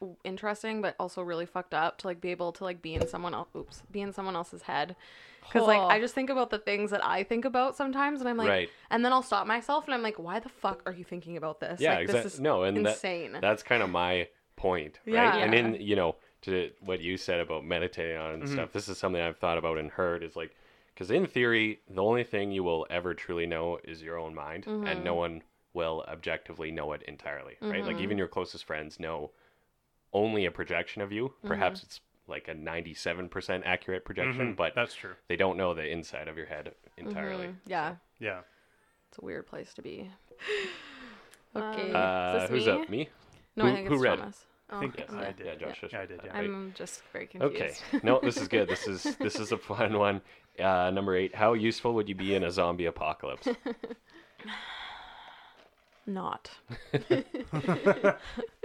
B: w- interesting, but also really fucked up to like be able to like be in someone else. Oops, be in someone else's head. Because like
E: Cool.
B: I just think about the things that I think about sometimes, and I'm like,
D: Right.
B: and then I'll stop myself, and I'm like, why the fuck are you thinking about this?
D: Yeah,
B: like,
D: exactly.
B: This is
D: no, and that-
B: insane.
E: *laughs*
D: that's kind of my point, right?
B: Yeah.
D: And in you know to what you said about meditating on and
C: Mm-hmm.
D: stuff, this is something I've thought about and heard is like because in theory, the only thing you will ever truly know is your own mind, and
E: Mm-hmm.
D: no one will objectively know it entirely, right? Like
E: Mm-hmm.
D: even your closest friends know only a projection of you.
E: Mm-hmm.
D: Perhaps it's like a ninety-seven percent accurate projection, but
C: Mm-hmm. That's true.
D: they don't know the inside of your head
E: Mm-hmm.
D: entirely.
B: Mm-hmm. yeah,
C: Yeah.
B: it's a weird place to be. Okay,
D: Uh,
E: Is this
D: who's
E: me?
D: up? Me?
B: no,
D: who-
B: I think
D: who
B: it's
D: read?
B: Thomas.
E: Oh,
C: I think
D: Yes.
C: I
D: Yeah.
C: did.
D: Yeah, Josh just-
C: Yeah, I did. Yeah.
E: i'm just very confused
D: Okay.
B: *laughs*
D: No, this is good. This is this is a fun one. Uh, number eight. How useful would you be in a
B: *laughs*
D: zombie apocalypse?
B: Oh.
C: *laughs*
B: not.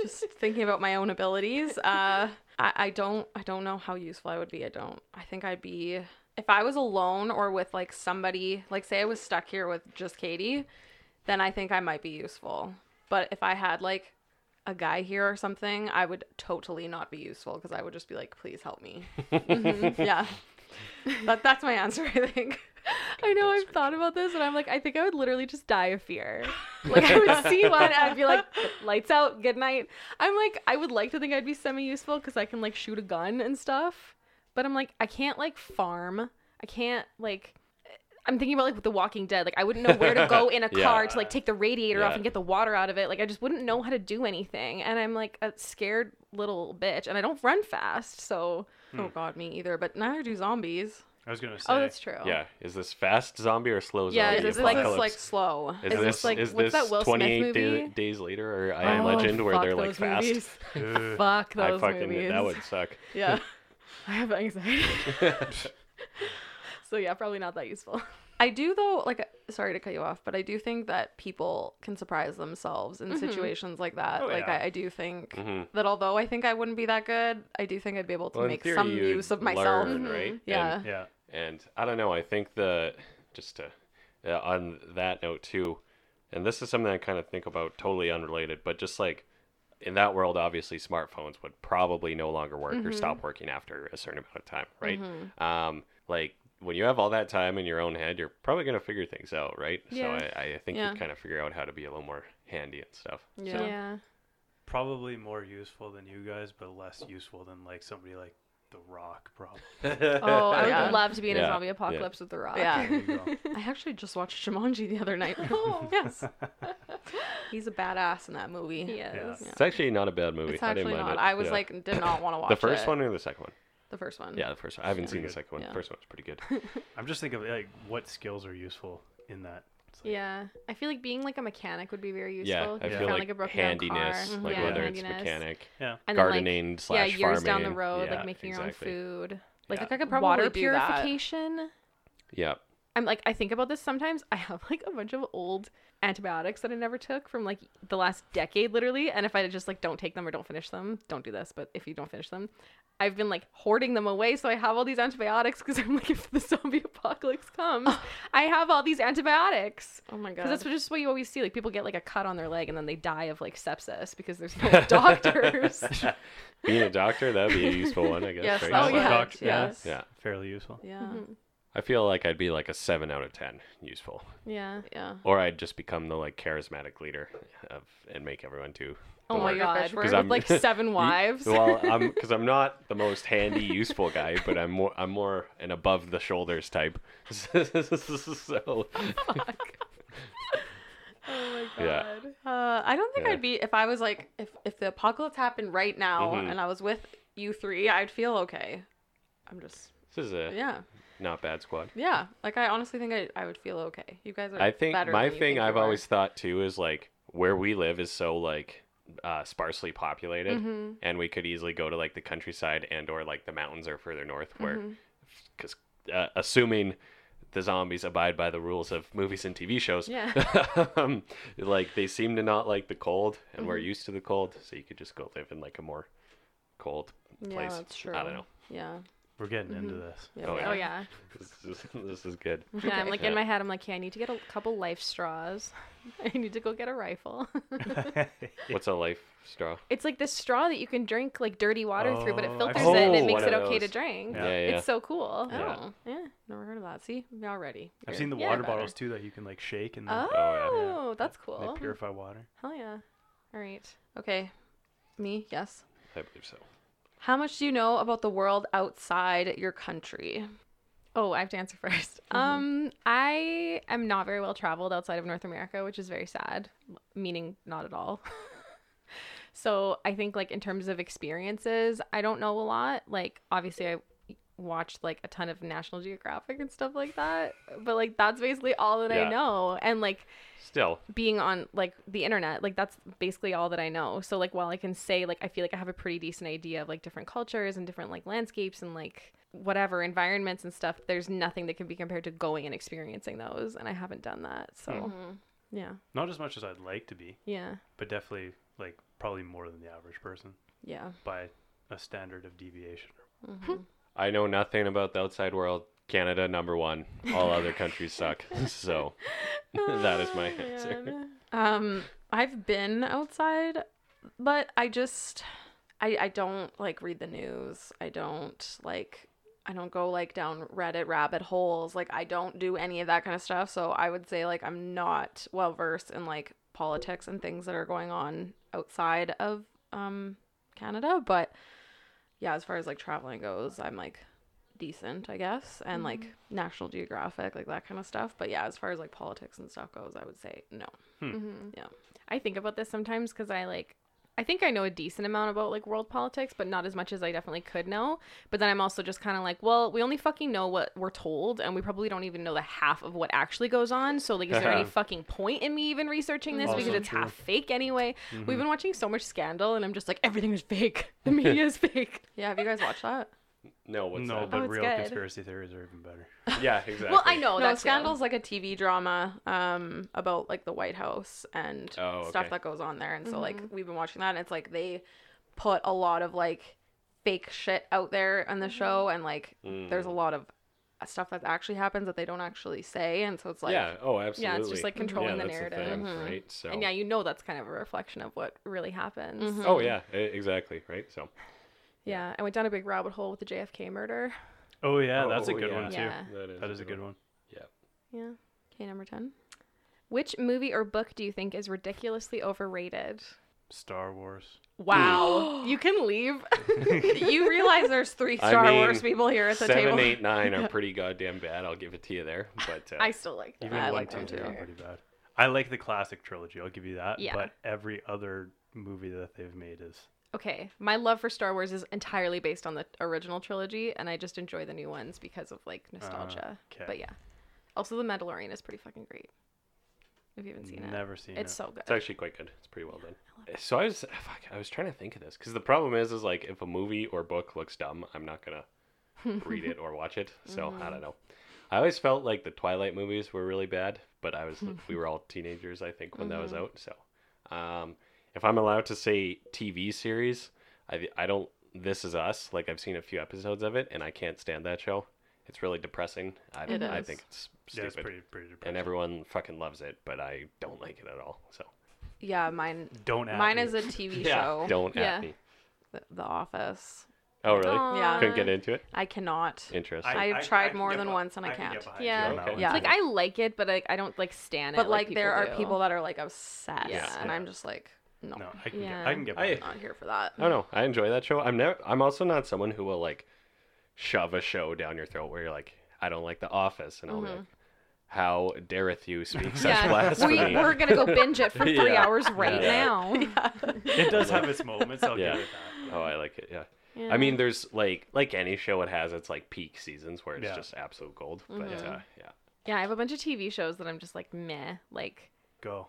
B: Just thinking about my own abilities. Uh, I, I don't I don't know how useful I would be. I don't. I think I'd be if I was alone or with like somebody. Like say I was stuck here with just Katie, then I think I might be useful. But if I had like a guy here or something, I would totally not be useful because I would just be like, please help
D: *laughs*
B: me. Mhm,
E: Mm-hmm.
B: Yeah, that, that's my answer. I think.
D: *laughs*
E: I know
D: That's
E: I've thought about this and I'm like, I think I would literally just die of
D: *laughs*
E: fear. Like I would see one and I'd be like, lights out, good night. I'm like, I would like to think I'd be semi useful because I can like shoot a gun and stuff. But I'm like, I can't like farm. I can't like I'm thinking about like The Walking Dead. Like I wouldn't know where to go
D: *laughs*
E: in a
D: Yeah.
E: car to like take the radiator
D: Yeah.
E: off and get the water out of it. Like I just wouldn't know how to do anything. And I'm like a scared little bitch and I don't run fast, so
B: Oh God, me either. But neither do zombies.
C: I was gonna say.
E: Oh, that's true.
D: Yeah. Is this fast zombie or slow
B: Yeah,
D: zombie
B: this is like it's
D: apocalypse?
B: like slow.
D: is,
E: is
D: this,
E: this like-
D: is
E: what's
D: this
E: that Will Smith
D: 28 da-
E: movie?
D: days later or
B: Oh,
D: I Am Legend where they're like fast?
C: Ugh.
E: Fuck those
D: I fucking
E: movies.
D: that would suck.
E: Yeah. *laughs* I have anxiety. *laughs* so yeah, probably not that useful.
B: I do though, like sorry to cut you off, but I do think that people can surprise themselves in situations like that.
C: Mm-hmm. Oh,
B: like
C: yeah.
B: I, I do think
D: Mhm.
B: that although I think I wouldn't be that good, I do think I'd be able to
D: Well, in
B: make
D: theory,
B: some
D: you'd
B: use of myself. Mm-hmm.
D: learn, right?
B: Yeah.
D: And
C: Yeah.
D: And I don't know. I think the just to, uh, on that note too, and this is something I kind of think about, totally unrelated, but just like in that world, obviously smartphones would probably no longer work or
B: Mm-hmm.
D: stop working after a certain amount of time, right? Um, like when you have all that time in your own head, you're probably gonna figure things out, right? So
E: Yeah.
D: I, I think
B: Yeah.
D: you kind of figure out how to be a little more handy and stuff. *laughs*
B: Yeah.
C: Probably more useful than you guys, but less useful than like somebody like The Rock,
E: *laughs*
C: probably.
E: Oh, I would
B: Yeah.
E: love to be in a
D: Yeah.
E: zombie
D: Yeah.
E: apocalypse with The Rock.
B: Yeah.
C: There you go.
B: *laughs* I actually just watched Jumanji the other *laughs* night. yes. He's a badass in that movie.
E: He
C: Yeah.
E: is.
D: It's actually not a bad movie.
B: It's
D: I didn't
B: actually
D: mind
B: not.
D: it.
B: I was
D: Yeah.
B: like, did not want to watch
D: *laughs* the first
B: it. Mm.
D: one or the second one?
B: The first one.
D: Yeah, the first one. I haven't seen the
C: good.
D: second one.
B: Yeah.
D: First one was pretty good.
C: I'm just thinking of like what skills are useful in that. It's like,
E: Yeah. I feel like being like a mechanic would be very useful.
D: yeah, I
E: If you
D: feel
E: found,
D: like,
E: a broken down
D: handiness,
E: car. Mm-hmm.
D: like
E: Yeah,
D: whether it's
E: handiness.
D: mechanic,
C: Yeah.
E: And then, like,
D: gardening slash
E: yeah, years
D: farming.
E: down the road,
D: Yeah,
E: like making
D: exactly.
E: your own food. Like,
D: Yeah.
E: I could probably
B: Water
E: water
B: do that.
E: purification.
D: Yeah,
E: I'm like I think about this sometimes. *laughs* I have like a bunch of old antibiotics that I never took from like the last decade literally, and if I just like don't take them or don't finish them, don't do this, but if you don't finish them, I've been like hoarding them away so I have all these antibiotics because I'm like *laughs* if the zombie apocalypse comes, I have all these antibiotics.
B: Oh my god.
E: Because that's what- just what you always see. Like people get like a cut on their leg and then they die of like sepsis because there's *laughs* no *laughs* doctors.
D: being a doctor that would be a useful one, I guess.
B: Yes,
D: right?
B: that
E: oh
B: would
D: So-
B: be
E: yeah,
C: Doc- yeah.
E: yes.
D: yeah.
C: Fairly useful.
B: yeah.
D: I feel like I'd be like a seven out of ten useful,
E: yeah.
B: Yeah.
D: or I'd just become the like charismatic leader of and make everyone do. the
E: Oh my
D: work.
E: god,
B: 'Cause
E: we're with *laughs*
D: I'm-
E: like seven wives.
D: Well, I'm
E: *laughs*
D: because I'm not the most handy, useful guy, but I'm more I'm more an above the shoulders type. *laughs* so
E: oh my
D: Yeah.
E: god.
B: Uh, I don't think
D: Yeah.
B: I'd be if I was like if if the apocalypse happened right now
D: Mhm.
B: and I was with you three, I'd feel okay. I'm just
D: this
E: *laughs*
D: is a
B: yeah
D: not bad squad.
B: yeah. Like I honestly think I I would feel okay. You guys are.
D: I think
B: better than
D: my
B: you
D: thing
B: think you
D: I've
B: are.
D: always thought too is like where we live is so like uh, sparsely populated,
B: Mm-hmm.
D: and we could easily go to like the countryside and or like the mountains or further north, where
B: Mm-hmm.
D: because uh, assuming the zombies abide by the rules of movies and TV shows, yeah, *laughs* um, like they seem to not like the cold, and
B: Mm-hmm.
D: we're used to the cold, so you could just go live in like a more cold place.
B: yeah that's true.
D: I don't know.
B: Yeah.
C: We're getting into this.
B: Yeah.
D: Oh,
B: we
D: yeah.
E: Oh
B: are.
E: *laughs* yeah.
D: This is, *laughs* this is good.
E: Yeah, I'm
B: Okay.
E: like
D: Yeah.
E: in my head, I'm like, yeah, I need to get a couple life straws. *laughs* I need to go get a rifle. *laughs*
D: What's a life straw?
E: it's like this straw that you can drink like dirty water through, but it
C: Oh, I've
E: filters
D: seen
E: it and
D: those.
E: it makes
D: Oh,
E: it
D: one of
E: okay to
D: those.
E: drink.
D: Yeah, yeah.
E: It's so cool.
B: Oh.
D: Yeah.
B: Yeah. Never heard of that. See, me already.
C: I've seen the
E: Yeah,
C: water
E: better.
C: bottles too that you can like shake and
E: Oh,
C: then
D: Oh,
E: that's
C: they
E: cool.
C: purify water.
E: Hell yeah. All right.
B: Okay. Me, yes.
D: I believe so.
B: How much do you know about the world outside your country? Mm-hmm.
E: Oh, I have to answer *laughs* 1st Um, I am not very well traveled outside of North America, which is very sad, m- meaning not at all. *laughs* so I think like in terms of experiences, I don't know a lot. Like obviously I watched like a ton of National Geographic and stuff like that, but like that's basically all that
D: Yeah.
E: I know. And like
D: Still,
E: being on like the internet like that's basically all that i know so like while i can say like i feel like i have a pretty decent idea of like different cultures and different like landscapes and like whatever environments and stuff there's nothing that can be compared to going and experiencing those and i haven't done that so yeah
C: Not as much as I'd like to be,
E: yeah
C: but definitely like probably more than the average person
B: Yeah.
C: by a standard of deviation.
D: I know nothing about the outside world. Canada number one. All other countries suck. So *laughs* that is my
E: Oh,
D: answer.
B: Um, I've been outside, but I just I I don't like read the news. I don't like I don't go like down Reddit rabbit holes. Like I don't do any of that kind of stuff. So I would say like I'm not well versed in like politics and things that are going on outside of um Canada, but yeah, as far as like traveling goes, I'm like decent, I guess, and like National Geographic, like that kind of stuff. But yeah, as far as like politics and stuff goes, I would say no.
E: i think about this sometimes because i like i think i know a decent amount about like world politics but not as much as i definitely could know but then i'm also just kind of like well we only fucking know what we're told and we probably don't even know the half of what actually goes on so like is there any fucking point in me even researching this
C: Also
E: because it's
C: true.
E: half fake anyway we've been watching so much scandal and i'm just like everything is fake *laughs* the media is fake
B: Yeah, have you guys watched that?
E: *laughs*
D: No, what's
C: no,
D: that?
C: but
E: Oh, it's
C: real
E: good.
C: conspiracy theories are even better.
D: *laughs* yeah, exactly.
E: well i know
B: Oh,
E: that
B: that Scandal's like a TV drama um, about like the White House and
D: Oh, okay.
B: stuff that goes on there. And so like we've been watching that, and it's like they put a lot of like fake shit out there on the show, and like
D: Mm.
B: there's a lot of stuff that actually happens that they don't actually say, and so it's like
D: yeah. Oh, absolutely.
E: Yeah, it's just, like, controlling the
D: that's
E: narrative. Mm-hmm.
D: thing, Mm-hmm.
B: Mhm.
D: right? So.
E: and yeah you know that's kind of a reflection of what really happens
D: Oh yeah, e- exactly. Right. So.
E: yeah i went down a big rabbit hole with the jfk murder
C: Oh yeah, that's a
D: Oh,
C: good
D: yeah.
C: one too.
E: Yeah.
C: That is a good one.
E: yeah
B: okay, number ten.
E: Which movie or book do you think is ridiculously overrated?
C: Star Wars.
B: Wow.
E: you can
D: *laughs*
E: leave.
B: you realize there's three
D: I
B: Star Wars
D: mean,
B: people here at the
D: Seven,
B: table.
D: eight, nine
E: *laughs*
D: are pretty goddamn bad. I'll give it to you there. But uh,
E: I still like that.
C: Even
B: I
C: one,
B: like
C: two,
B: them
C: three
B: too.
C: are pretty bad. I like the classic trilogy. I'll give you that.
E: Yeah.
C: But every other movie that they've made is
E: Okay, my love for Star Wars is entirely based on the original trilogy, and I just enjoy the new ones because of like nostalgia.
D: Ah,
C: okay.
E: But yeah, also the Mandalorian is pretty fucking great. If you haven't seen it,
C: never seen.
E: it's
C: it.
E: so good.
D: It's actually quite good. It's pretty well done. So I was fuck, I was trying to think of this because the problem is is like if a movie or book looks dumb, I'm not
B: *laughs*
D: gonna read it or watch it. So I
B: Mm.
D: don't know. I always felt like the Twilight movies were really bad, but I was
B: Hmm.
D: we were all teenagers I think when that
B: Mm-hmm.
D: was out. So um, if I'm allowed to say TV series, I I don't. This is Us. Like I've seen a few episodes of it, and I can't stand that show. It's really depressing. I
B: It
D: I
B: is.
D: think it's
C: Yeah,
D: stupid,
C: it's pretty pretty depressing.
D: and everyone fucking loves it, but I don't like it at all. So.
B: Yeah, mine.
C: Don't at
B: Mine
C: me.
B: is a TV show.
D: Don't
E: Yeah.
D: at me.
B: The, the Office.
D: Oh, really?
B: Yeah.
D: Couldn't get into it?
B: I cannot.
D: Interesting.
B: I- I've tried more than once and I
C: can get
B: can't.
C: behind you
E: Yeah.
C: on that
D: Okay.
C: one,
B: Yeah.
C: too.
E: Like I like it, but like I don't like stand it.
B: But like, there are
E: do.
B: people that are like obsessed,
E: Yeah.
B: and I'm just like, no,
C: No, I can
E: Yeah.
C: get. I can get.
D: I-
C: behind
B: I'm not here for that.
D: I don't know. I enjoy that show. I'm never. I'm also not someone who will like shove a show down your throat where you're like, I don't like The Office, and I'll be like, How dareth you speak such
E: Mm-hmm. yeah, we,
D: blasphemy?
E: we're gonna go binge it
D: *laughs*
E: for three
D: Yeah.
E: hours right
D: Yeah.
E: now.
C: it.
D: *laughs*
C: it does have its moments. I'll
D: Yeah.
C: give it that.
D: oh, I like it. Yeah.
E: Yeah.
D: *laughs* I mean, there's like like any show, it has its like peak seasons where it's
C: Yeah.
D: just absolute gold. But
E: Mm-hmm.
C: Mhm.
D: uh, yeah,
E: Yeah, I have a bunch of TV shows that I'm just like meh, like
C: Go.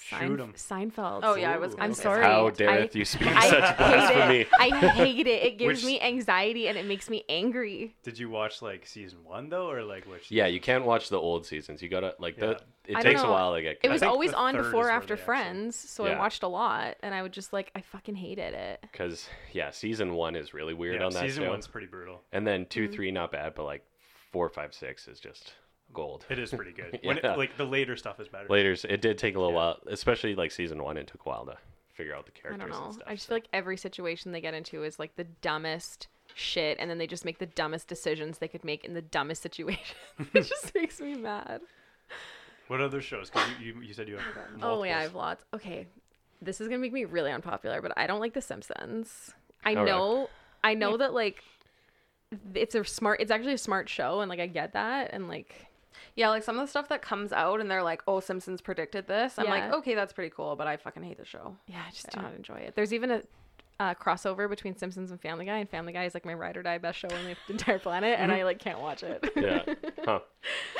C: Shoot
E: Seinf-
C: 'em.
E: Seinfeld.
B: *laughs* Oh yeah, I was.
C: Ooh.
B: Gonna
E: I'm
B: say
E: sorry.
B: that.
D: how
E: I-
D: dareth you speak
E: I
D: such blasphemy?
E: hate it. I hate it. It gives
C: Which-
E: me anxiety and it makes me angry.
C: Did you watch like season one though, or like which?
D: Yeah, you can't watch the old seasons. You gotta like the. It
E: I don't
D: takes a
E: know.
D: while to get.
E: It
D: caught.
E: was
C: think
E: always
C: the
E: on
C: third is
E: before
C: where
E: after
C: they actually-
E: Friends, so
D: Yeah.
E: I watched a lot, and I would just like I fucking hated it.
D: because yeah, season one is really weird
C: Yeah,
D: on that
C: season
D: show.
C: one's Mm-hmm. pretty brutal.
D: And then 2 three, not bad, but like four, five, six is just gold.
C: It is
D: *laughs*
C: pretty good. When it,
D: Yeah.
C: like the later stuff is better.
D: Later, it did take a little while, especially like season one. It took a while to figure out the
E: I
D: characters
E: don't
D: and
E: know.
D: stuff.
E: I just
D: so.
E: feel like every situation they get into is like the dumbest shit, and then they just make the dumbest decisions they could make in the dumbest *laughs* situation. it just makes me mad.
C: What other shows? 'Cause you, you, you said you have.
E: Oh yeah, I
C: multiples.
E: have lots. Okay, this is gonna make me really unpopular, but I don't like The Simpsons. I
D: Oh, really?
E: know, I know that like it's a smart. It's actually a smart show, and like I get that, and like
B: Yeah, like some of the stuff that comes out, and they're like, "Oh, Simpsons predicted this." I'm like,
E: Yeah.
B: okay, that's pretty cool, but I fucking hate the show.
E: yeah, I just
B: Yeah.
E: do not enjoy it. There's even a uh, crossover between Simpsons and Family Guy, and Family Guy is like my ride or die best show on the *laughs* entire planet,
D: Mm-hmm.
E: and I like can't watch it.
D: yeah, huh?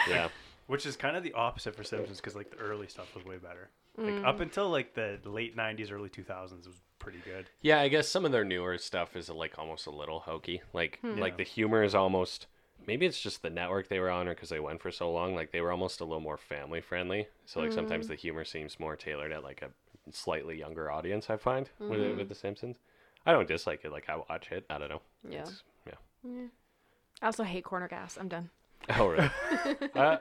D: Yeah,
C: Which is kind of the opposite for Simpsons because like the early stuff was way better. Like
E: Mm.
C: up until like the late '90s, early 2000s was pretty good.
D: yeah. I guess some of their newer stuff is like almost a little hokey. Like,
E: Hmm.
D: like
C: Yeah.
D: the humor is almost. Maybe it's just the network they were on, or because they went for so long. Like they were almost a little more family friendly. So like
E: Hmm.
D: sometimes the humor seems more tailored at like a slightly younger audience. I find
E: Hmm.
D: with, with the Simpsons. I don't dislike it. Like I watch it. I don't know.
B: Yeah.
D: It's- yeah.
E: *laughs*
D: *laughs*
E: I also hate Corner Gas. I'm done.
D: Oh,
E: *laughs*
D: really? uh,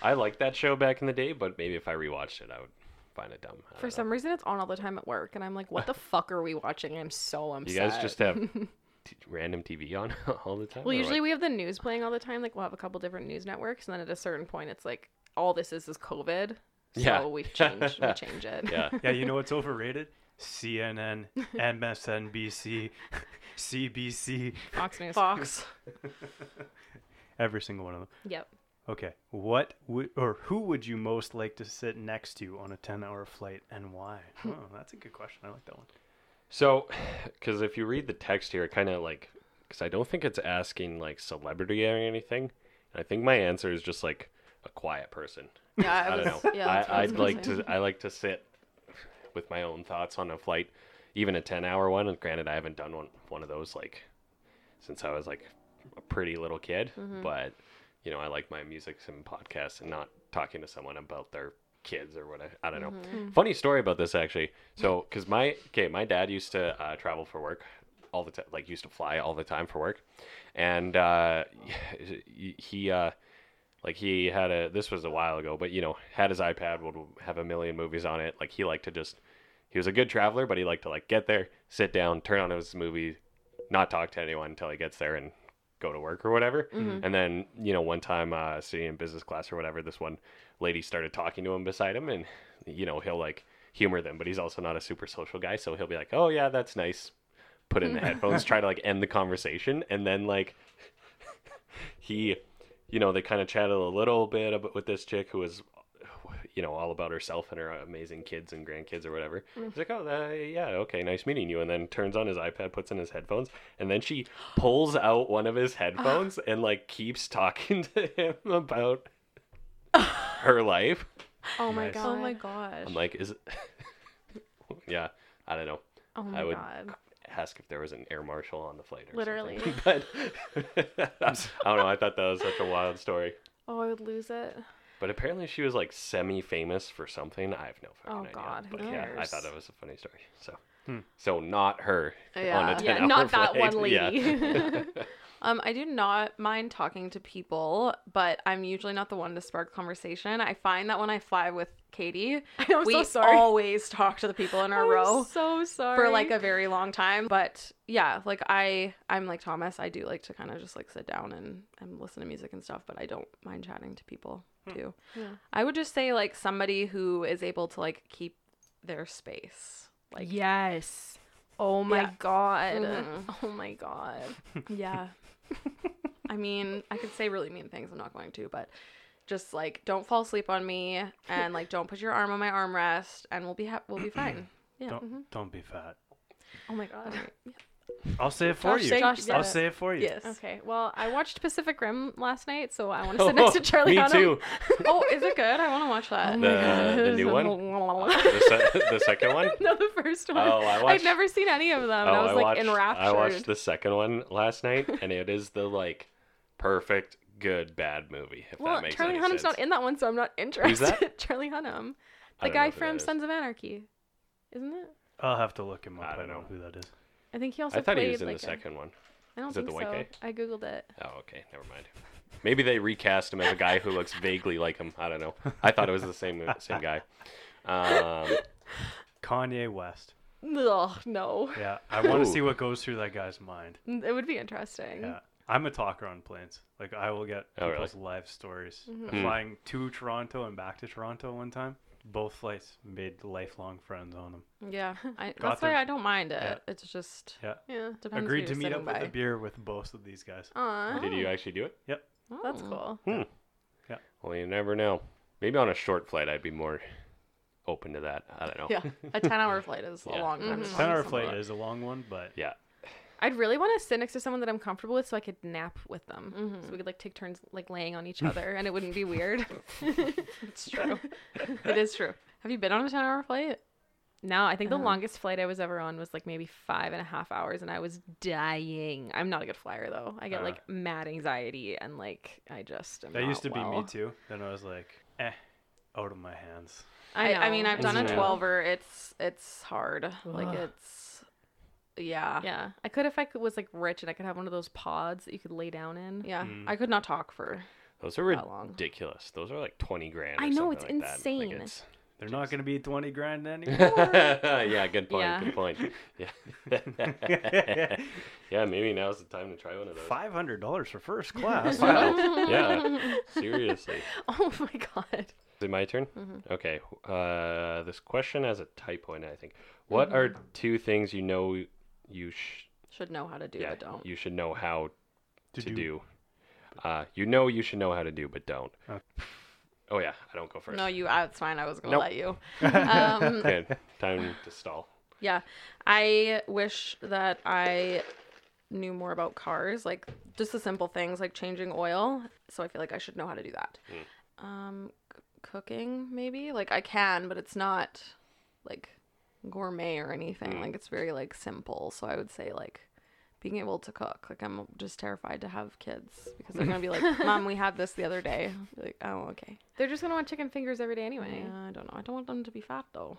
D: I liked that show back in the day, but maybe if I rewatched it, I would find it dumb. I
E: For
D: don't know.
E: some reason, it's on all the time at work, and I'm like, what the fuck are we watching? I'm so upset.
D: you guys just have
E: *laughs*
D: t- random TV on *laughs* all the time.
E: Well,
D: or
E: usually
D: what?
E: we have the news playing all the time. Like we'll have a couple different news networks, and then at a certain point, it's like all this is is COVID. So
D: Yeah.
E: we change
D: *laughs*
E: we change it.
D: yeah,
C: Yeah, you know what's overrated? *laughs* CNN, *laughs* MSNBC, CBC,
E: Fox News.
B: Fox.
C: every single one of them.
E: Yep.
C: Okay, what would or who would you most like to sit next to on a ten-hour flight,
E: *laughs*
C: and why? Oh, that's a good question. I like that one.
D: So, *sighs* because if you read the text here, it kind of like, because I don't think it's asking like celebrity or anything. I think my answer is just like a quiet person.
B: Yeah,
D: I
B: I was.
D: don't know.
B: Yeah, that's what
D: I,
B: I was
D: I'd
B: gonna
D: like
B: say.
D: to. I like to sit with my own thoughts on a flight, even a ten-hour one. And granted, I haven't done one one of those like since I was like a pretty little kid.
B: Mm-hmm.
D: But you know, I like my music and podcasts and not talking to someone about their kids or what I, I don't know. Funny story about this actually. So, because my okay, my dad used to uh, travel for work all the time, like used to fly all the time for work, and uh, he. Uh, like he had a this was a while ago but you know had his ipad would have a million movies on it like he liked to just he was a good traveler but he liked to like get there sit down turn on his movie not talk to anyone until he gets there and go to work or whatever and then you know one time uh sitting in business class or whatever this one lady started talking to him beside him and you know he'll like humor them, but he's also not a super social guy, so he'll be like, "Oh yeah, that's nice." Put in the headphones, try to like end the conversation, and then like *laughs* he, you know, they kind of chatted a little bit about, with this chick who was, you know, all about herself and her amazing kids and grandkids or whatever.
E: Mm.
D: He's like, "Oh uh, yeah, okay, nice meeting you," and then turns on his iPad, puts in his headphones, and
E: *gasps*
D: then she pulls out one of his headphones and like keeps talking to him
E: *laughs*
D: *laughs* about her life.
E: Oh my
C: Nice.
E: god.
B: Oh my gosh.
D: I'm like, is *laughs* it? yeah, I don't know.
E: Oh my
D: I would-
E: god.
D: Ask if there was an air marshal on the flight. Or
E: Literally.
D: something. *laughs* but I don't know. I thought that was such a wild story.
E: Oh, I would lose it.
D: But apparently, she was like semi-famous for something. I have no fucking
E: Oh,
D: idea.
E: God, who
D: But yeah, I
E: cares?
D: thought it was a funny story. So,
C: Hmm.
D: so not her on
B: Yeah.
D: a
B: Yeah,
D: ten-hour
E: not that
D: flight.
E: one
D: *laughs* Yeah.
E: lady.
B: Um, I do not mind talking to people, but I'm usually not the one to spark conversation. I find that when I fly with Katie,
E: I know, *laughs* I'm
B: we
E: so sorry.
B: always talk to the people in our
E: *laughs* I'm
B: row
E: so sorry.
B: for like a very long time. But yeah, like I, I'm like Thomas. I do like to kind of just like sit down and and listen to music and stuff, but I don't mind chatting to people too.
E: Yeah.
B: I would just say like somebody who is able to like keep their space. Like
E: yes. Oh my
B: Yeah.
E: god.
B: Mhm.
E: Oh my
D: *laughs*
E: god.
B: Yeah. I mean, I could say really mean things. I'm not going to, but just like don't fall asleep on me and like don't put your arm on my armrest and we'll be ha- we'll be fine. Yeah.
E: mm-hmm.
C: Don't don't be fat.
E: Oh my god.
C: I'll say it for
E: Josh
C: you.
E: said- Josh said
C: I'll
E: it.
C: say it for you.
B: Yes.
E: Okay. Well, I watched Pacific Rim last night, so
D: *laughs*
E: I want to sit next to Charlie.
D: Me
E: Hunnam.
D: too.
B: oh, is it good? I want to watch that.
D: The, the new one, the, se- *laughs* the second one.
E: *laughs* no, the first one.
D: Oh, I
E: I've
D: watched. Oh,
E: never seen any of them. and I Um, was like enraptured.
D: I watched the second one last
E: *laughs*
D: night, and it is the like perfect good bad movie. If
E: well,
D: that makes
E: Charlie
D: any
E: Hunnam's
D: sense.
E: not in that one, so I'm not interested. *laughs*
D: Who's that?
E: Charlie Hunnam,
D: I
E: the
D: don't know
E: guy
D: who that
E: from
D: is.
E: Sons of Anarchy, isn't it?
C: I'll have to look him up.
D: I
C: I
D: don't
C: don't,
D: know.
C: know who that is.
E: I think he also
D: I thought
E: played
D: he was in
E: like
D: the
E: a-
D: second one.
E: I don't
D: Is it
E: think
D: the white
E: so.
D: guy?
E: I googled it.
D: Oh, okay, never mind. Maybe they recast him as a guy who looks vaguely like him. I don't know. I thought it was the same uh, same guy. Um,
C: Kanye West.
E: Ugh, no, *laughs*
C: Yeah, I want
D: Ooh.
C: to see what goes through that guy's mind.
E: it would be interesting.
C: Yeah, I'm a talker on planes. Like I will get
D: Oh,
C: people's life stories.
D: Hmm.
C: Flying to Toronto and back to Toronto one time, both flights made lifelong friends on them.
B: Yeah. I,
C: Got
B: that's why
C: them.
B: I don't mind it.
C: Yeah.
B: It's just
C: Yeah,
E: Yeah.
B: depends
C: agreed
B: who
C: to
B: you're
C: meet
B: sitting
C: up
B: by.
C: with a beer with both of these guys.
E: Aw,
D: did you actually do it?
B: Oh,
E: that's cool.
D: Well, you never know. Maybe on a short flight, I'd be more open to that. I don't know.
B: Yeah. A 10-hour flight is a
D: Yeah.
B: long time. to talk to
C: Ten hour
B: somebody.
C: flight is a long one, but
D: Yeah.
E: I'd really want to sit next to someone that I'm comfortable with, so I could nap with them.
B: Mhm.
E: So we could like take turns like laying on each other, and it wouldn't
B: *laughs*
E: be weird. *laughs*
B: It's true. it is true. Have you been on a 10-hour flight?
E: No, I think the
B: Oh.
E: longest flight I was ever on was like maybe five and a half hours, and I was dying. I'm not a good flyer though. I get
C: Uh.
E: like mad anxiety, and like I just am
C: that
E: not
C: used to be
E: well.
C: me too. Then I was like, eh, out of my hands.
B: I, I,
E: know.
B: mean, I've done a
D: Yeah.
B: 12er. It's it's hard. Like
E: Ugh.
B: it's yeah. Yeah.
E: Yeah, I could if I could, was like rich and I could have one of those pods that you could lay down in.
C: Mm.
B: I could not talk for
D: Those are
B: that long.
D: ridiculous. Those are like 20 grand. or
E: I know,
D: something
E: it's
D: like that. Like,
E: insane. *laughs*
D: it's-
C: They're not going to be twenty
D: *laughs*
C: grand anymore.
D: yeah, good point.
E: Yeah.
D: Good point. *laughs* Yeah. yeah, maybe now's the time to try one of those.
C: Five hundred dollars for first class.
D: Wow.
E: *laughs*
D: *laughs* yeah. Seriously.
E: Oh my god.
D: Is it my turn?
E: Mm-hmm.
D: Okay. Uh, this question has a typo in it, I think.
E: Mm-hmm.
D: What are two things you know you sh-
B: Should know how to do
D: yeah,
B: but don't.
D: you should know how to, do? Uh, you know you should know how to do, but don't.
C: Okay.
D: Oh yeah, I don't go first. *laughs*
B: No, you. That's fine. I was gonna
D: Nope.
B: let you. Um,
D: Okay, time to stall.
B: yeah, I wish that I knew more about cars, like just the simple things like changing oil. So I feel like I should know how to do that. Um, c- cooking maybe. Like I can, but it's not like gourmet or anything. Like it's very like simple. So I would say like being able to cook. Like I'm just terrified to have kids because they're gonna be like, "Mom, we had this the other day." Like, oh, okay.
E: They're just gonna want chicken fingers every day anyway.
B: Yeah, I don't know. I don't want them to be fat though.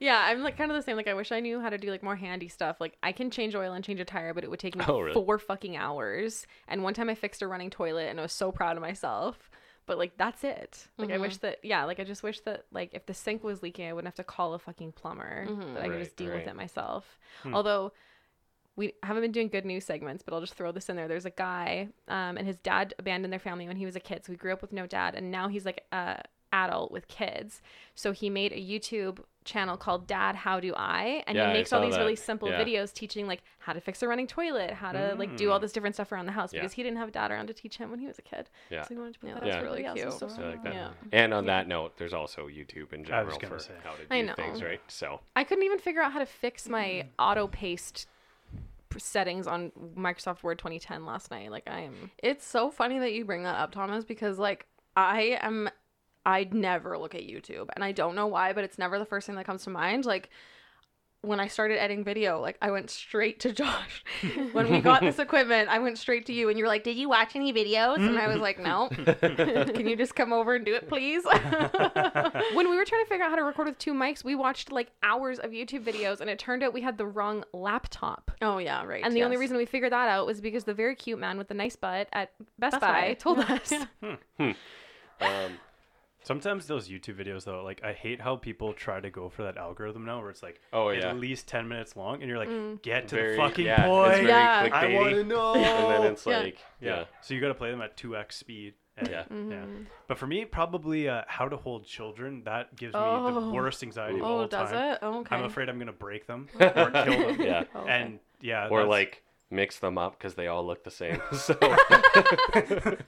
E: Yeah, I'm like kind of the same. Like I wish I knew how to do like more handy stuff. Like I can change oil and change a tire, but it would take me
D: Oh, really?
E: four fucking hours. And one time I fixed a running toilet, and I was so proud of myself. But like that's it. Like I
D: Mm-hmm.
E: wish that yeah. Like I just wish that like if the sink was leaking, I wouldn't have to call a fucking plumber. That I could
D: Mm-hmm. Right, Hmm.
E: just deal with
D: right.
E: it myself. Although we haven't been doing good news segments, but I'll just throw this in there. There's a guy, um, and his dad abandoned their family when he was a kid, so he grew up with no dad, and now he's like a adult with kids. So he made a YouTube channel called Dad How Do I, and
D: Yeah, I
E: he makes all
D: saw
E: these
D: that.
E: really simple
D: Yeah. Mm.
E: videos teaching like how to fix a running toilet, how to like do all this different stuff around the house
D: Yeah.
E: because he didn't have a dad around to teach him when he was a kid.
D: Yeah.
E: So he wanted to put
B: Yeah,
E: that
B: that's
E: out to
B: really
E: everybody else. It's
B: cute.
E: so
D: I like that.
B: Yeah.
D: And on that note, there's also YouTube in
C: I was
D: general
C: gonna
D: for
C: say.
D: how to
E: I
D: do
E: know.
D: things, right? So
E: I couldn't even figure out how to fix
B: Mm.
E: my auto paste settings on Microsoft Word 2010 last night. Like I am.
B: It's so *laughs* funny that you bring that up, Thomas, because like I am I never look at YouTube and I don't know why, but it's never the first thing that comes to mind. Like when I started editing video, like I went straight to *laughs* Josh. when we got this equipment, I went straight to you and you were like, "Did you watch any videos?" And I was like, "No." Can you just come over and do it, *laughs* please?
E: When we were trying to figure out how to record with two mics, we watched like hours of YouTube videos, and it turned out we had the wrong laptop.
B: oh yeah, right.
E: And the only
B: yes.
E: reason we figured that out was because the very cute man with the nice butt at
B: Best
E: Best, Buy,
B: Buy. *laughs*
E: told
B: Yeah.
E: us.
B: Yeah.
D: um,
C: Sometimes those YouTube videos though, like I hate how people try to go for that algorithm now, where it's like
D: Oh,
C: at
D: yeah.
C: least ten minutes long, and you're like, get *laughs* to
D: very-
C: the fucking
D: yeah, It's
C: point.
D: very
B: Mm. Yeah.
C: I
D: clickbaity.
C: want to know.
D: And then it's
B: Yeah.
D: like,
C: yeah.
D: yeah.
C: So you got to play them at two x speed. And,
D: Yeah.
C: yeah.
B: Mm-hmm.
C: But for me, probably uh, how to hold children that gives me
B: Oh.
C: the worst anxiety of all
B: Oh, does
C: time.
B: it? Oh, okay.
C: I'm afraid I'm gonna
D: *laughs*
C: break them or kill them. *laughs*
D: yeah.
B: Okay.
C: And yeah,
D: Or
C: that's-
D: like mix them up because they all look the same. *laughs*
B: *laughs*
D: So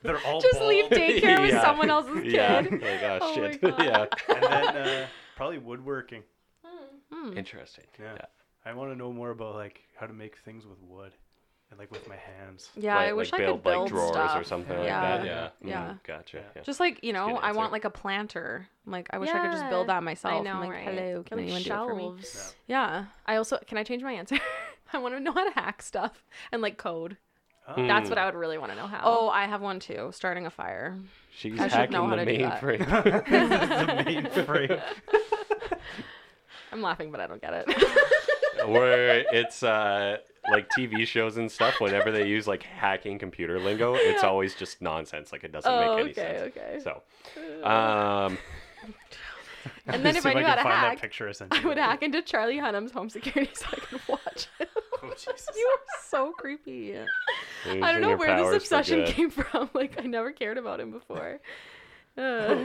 C: they're all
E: Just leave
D: *laughs*
C: bald.
E: daycare with
D: Yeah.
E: someone else's kid.
D: yeah, like oh,
E: Oh my
D: shit,
E: God.
D: *laughs* yeah.
C: and then uh, probably woodworking.
B: Hmm.
D: Interesting.
C: Yeah. I want to know more about like how to make things with wood and like with my hands.
B: yeah, I wish I could build
D: like drawers
B: stuff.
D: or something
B: Yeah.
D: like that. Yeah.
B: Yeah.
D: Mhm, Gotcha. Yeah.
B: Just like you know,
D: good
B: I want
D: answer.
B: like a planter. I'm Like I wish I could just build
E: Yeah.
B: that myself.
E: I know,
B: I'm like,
E: right?
B: hello, can
E: Like
B: anyone do it for me?
E: shelves.
B: Yeah,
E: I also can I change
B: *laughs*
E: my answer? *laughs* I want to know how to hack stuff and like code.
C: Oh.
E: That's
D: Mm.
E: what I would really want to know how.
B: Oh, I have one too. Starting a fire.
D: She's
B: I should
D: hacking
B: know how
D: the
B: to do that.
E: *laughs*
D: mainframe.
C: *laughs* the mainframe.
E: I'm laughing, but I don't get *laughs* it.
D: Where it's uh like TV shows and stuff, whenever they use like hacking computer
E: *laughs*
D: lingo, it's always just nonsense. Like it doesn't
E: Oh,
D: make any
E: okay,
D: sense. So um
E: and then
C: See
E: if I
C: if I
E: knew
C: can
E: how to
C: find that
E: hack,
C: picture. I sent
E: I
C: you.
E: would hack into Charlie Hunnam's home security *laughs* so I could watch it.
C: Oh, Jesus.
E: *laughs* you are so creepy. I
D: losing
E: don't know
D: your
E: where
D: powers
E: this
D: for
E: obsession
D: good.
E: came *laughs* from. Like I never cared about him
D: *laughs*
E: before. Uh,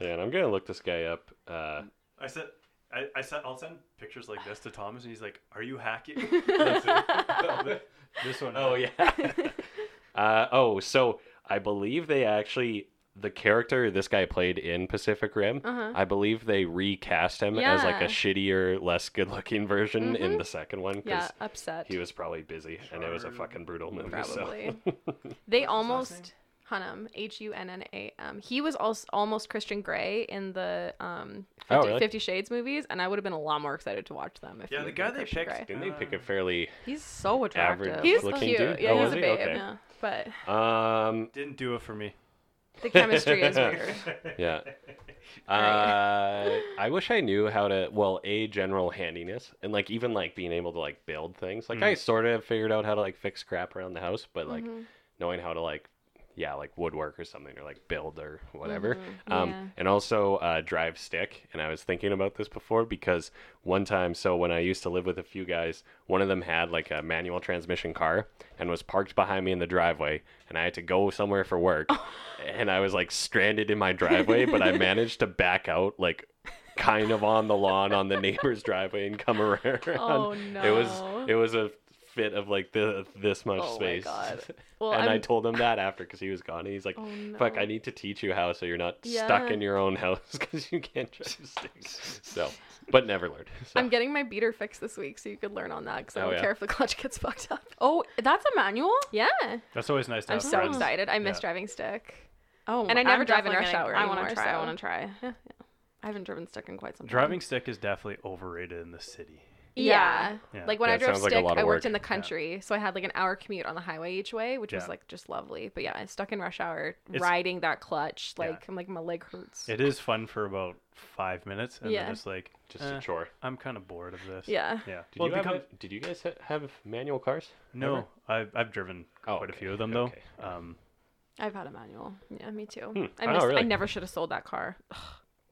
D: Yeah, and I'm gonna look this guy up. Uh
C: I said. I, I said I'll send pictures like this to Thomas, and he's like, "Are
E: *laughs*
C: you hacking?" *laughs* That's it. *laughs* this one.
D: Oh yeah. *laughs* uh, oh, so I believe they actually the character this guy played in Pacific Rim. I believe they recast him as like
E: Uh-huh.
D: a
E: Yeah. Mm-hmm.
D: shittier, less good-looking version in the second one
E: yeah,
D: because
E: upset.
D: he was probably busy and it was a
C: Sure.
D: fucking brutal movie. So. *laughs*
E: probably. they almost Hunnam, H U N N A M. He was also almost Christian Grey in the um, 50,
D: Oh, really?
E: Fifty Shades movies, and I would have been a lot more excited to watch them. If
C: Yeah,
E: he
C: the
E: had
C: guy
E: been
C: they
E: Christian
C: picked-
E: Grey.
D: Didn't they pick a fairly
B: He's so attractive.
D: average
E: He's
D: looking
E: cute.
D: dude?
E: Yeah,
D: oh,
E: he's
D: was
E: a
D: he?
E: babe.
D: Okay.
E: Yeah,
D: *laughs*
E: but
D: Um,
C: Didn't do it for me.
E: the chemistry is
D: *laughs*
E: weird.
D: yeah. Uh, I wish I knew how to well a general handiness and like even like being able to like build things. Like I sort of figured out how to like fix crap around the house, but like knowing how to like yeah like woodwork or something or like build or whatever. Um,
E: Mm-hmm. yeah.
D: and also uh, drive stick. And I was thinking about this before because one time, so when I used to live with a few guys, one of them had like a manual transmission car and was parked behind me in the driveway, and I had to go somewhere
E: *laughs*
D: for work, and I was like stranded in my driveway, but I managed to back out like kind of on the lawn on the neighbor's driveway and come around.
E: Oh,
D: It
E: no.
D: was it was a fit of like the, this much
E: Oh my
D: space.
E: God.
D: *laughs*
E: Well,
D: and i
E: I'm- Oh,
D: told him that after because he was gone. He's like, "Fuck, I need to teach you how so you're not stuck
E: Yeah.
D: in your own house *laughs* because you can't drive sticks." So, but never learned. *laughs* So.
E: I'm getting my beater fixed this week, so you could learn on that because I
D: Oh,
E: don't
D: yeah.
E: care if the clutch gets *laughs* fucked up.
B: Oh, that's a manual.
E: Yeah,
C: That's always nice to
E: I'm
C: have
E: so
C: friends.
E: excited. I miss
C: Yeah.
E: driving stick.
B: Oh,
E: And I never
B: I'm
E: drive in
B: definitely
E: rush
B: gonna-
E: hour
B: I want to
E: anymore,
B: try. I
E: so-
B: want to try. I haven't driven stick in quite some time.
C: Driving stick is definitely overrated in the city.
E: Yeah.
C: Yeah.
E: Like when
D: Yeah,
E: I
D: it
E: drove
D: sounds like
E: stick,
D: a lot of
E: I worked
D: work.
E: in the
D: Yeah.
E: country, so I had like an hour commute on the highway each way, which
C: Yeah.
E: was like just lovely. But yeah, I stuck in rush hour riding that clutch. Like I'm like my leg hurts.
C: It is fun for about five minutes, and
E: Yeah.
C: then it's like,
D: just
C: eh,
D: a chore.
C: I'm kind of bored of this.
E: Yeah.
C: Yeah.
D: Did
C: Well,
D: you
C: it
D: have
C: becomes-
D: a- Did you guys ha- have manual cars?
C: No,
D: Ever?
C: I've, I've driven
D: Oh,
C: quite a
D: okay,
C: few of them though.
D: okay.
C: Um,
B: I've had a manual.
E: Yeah, me too.
D: Hmm.
E: I
D: Oh,
E: missed, I
D: really?
E: never should have sold that car.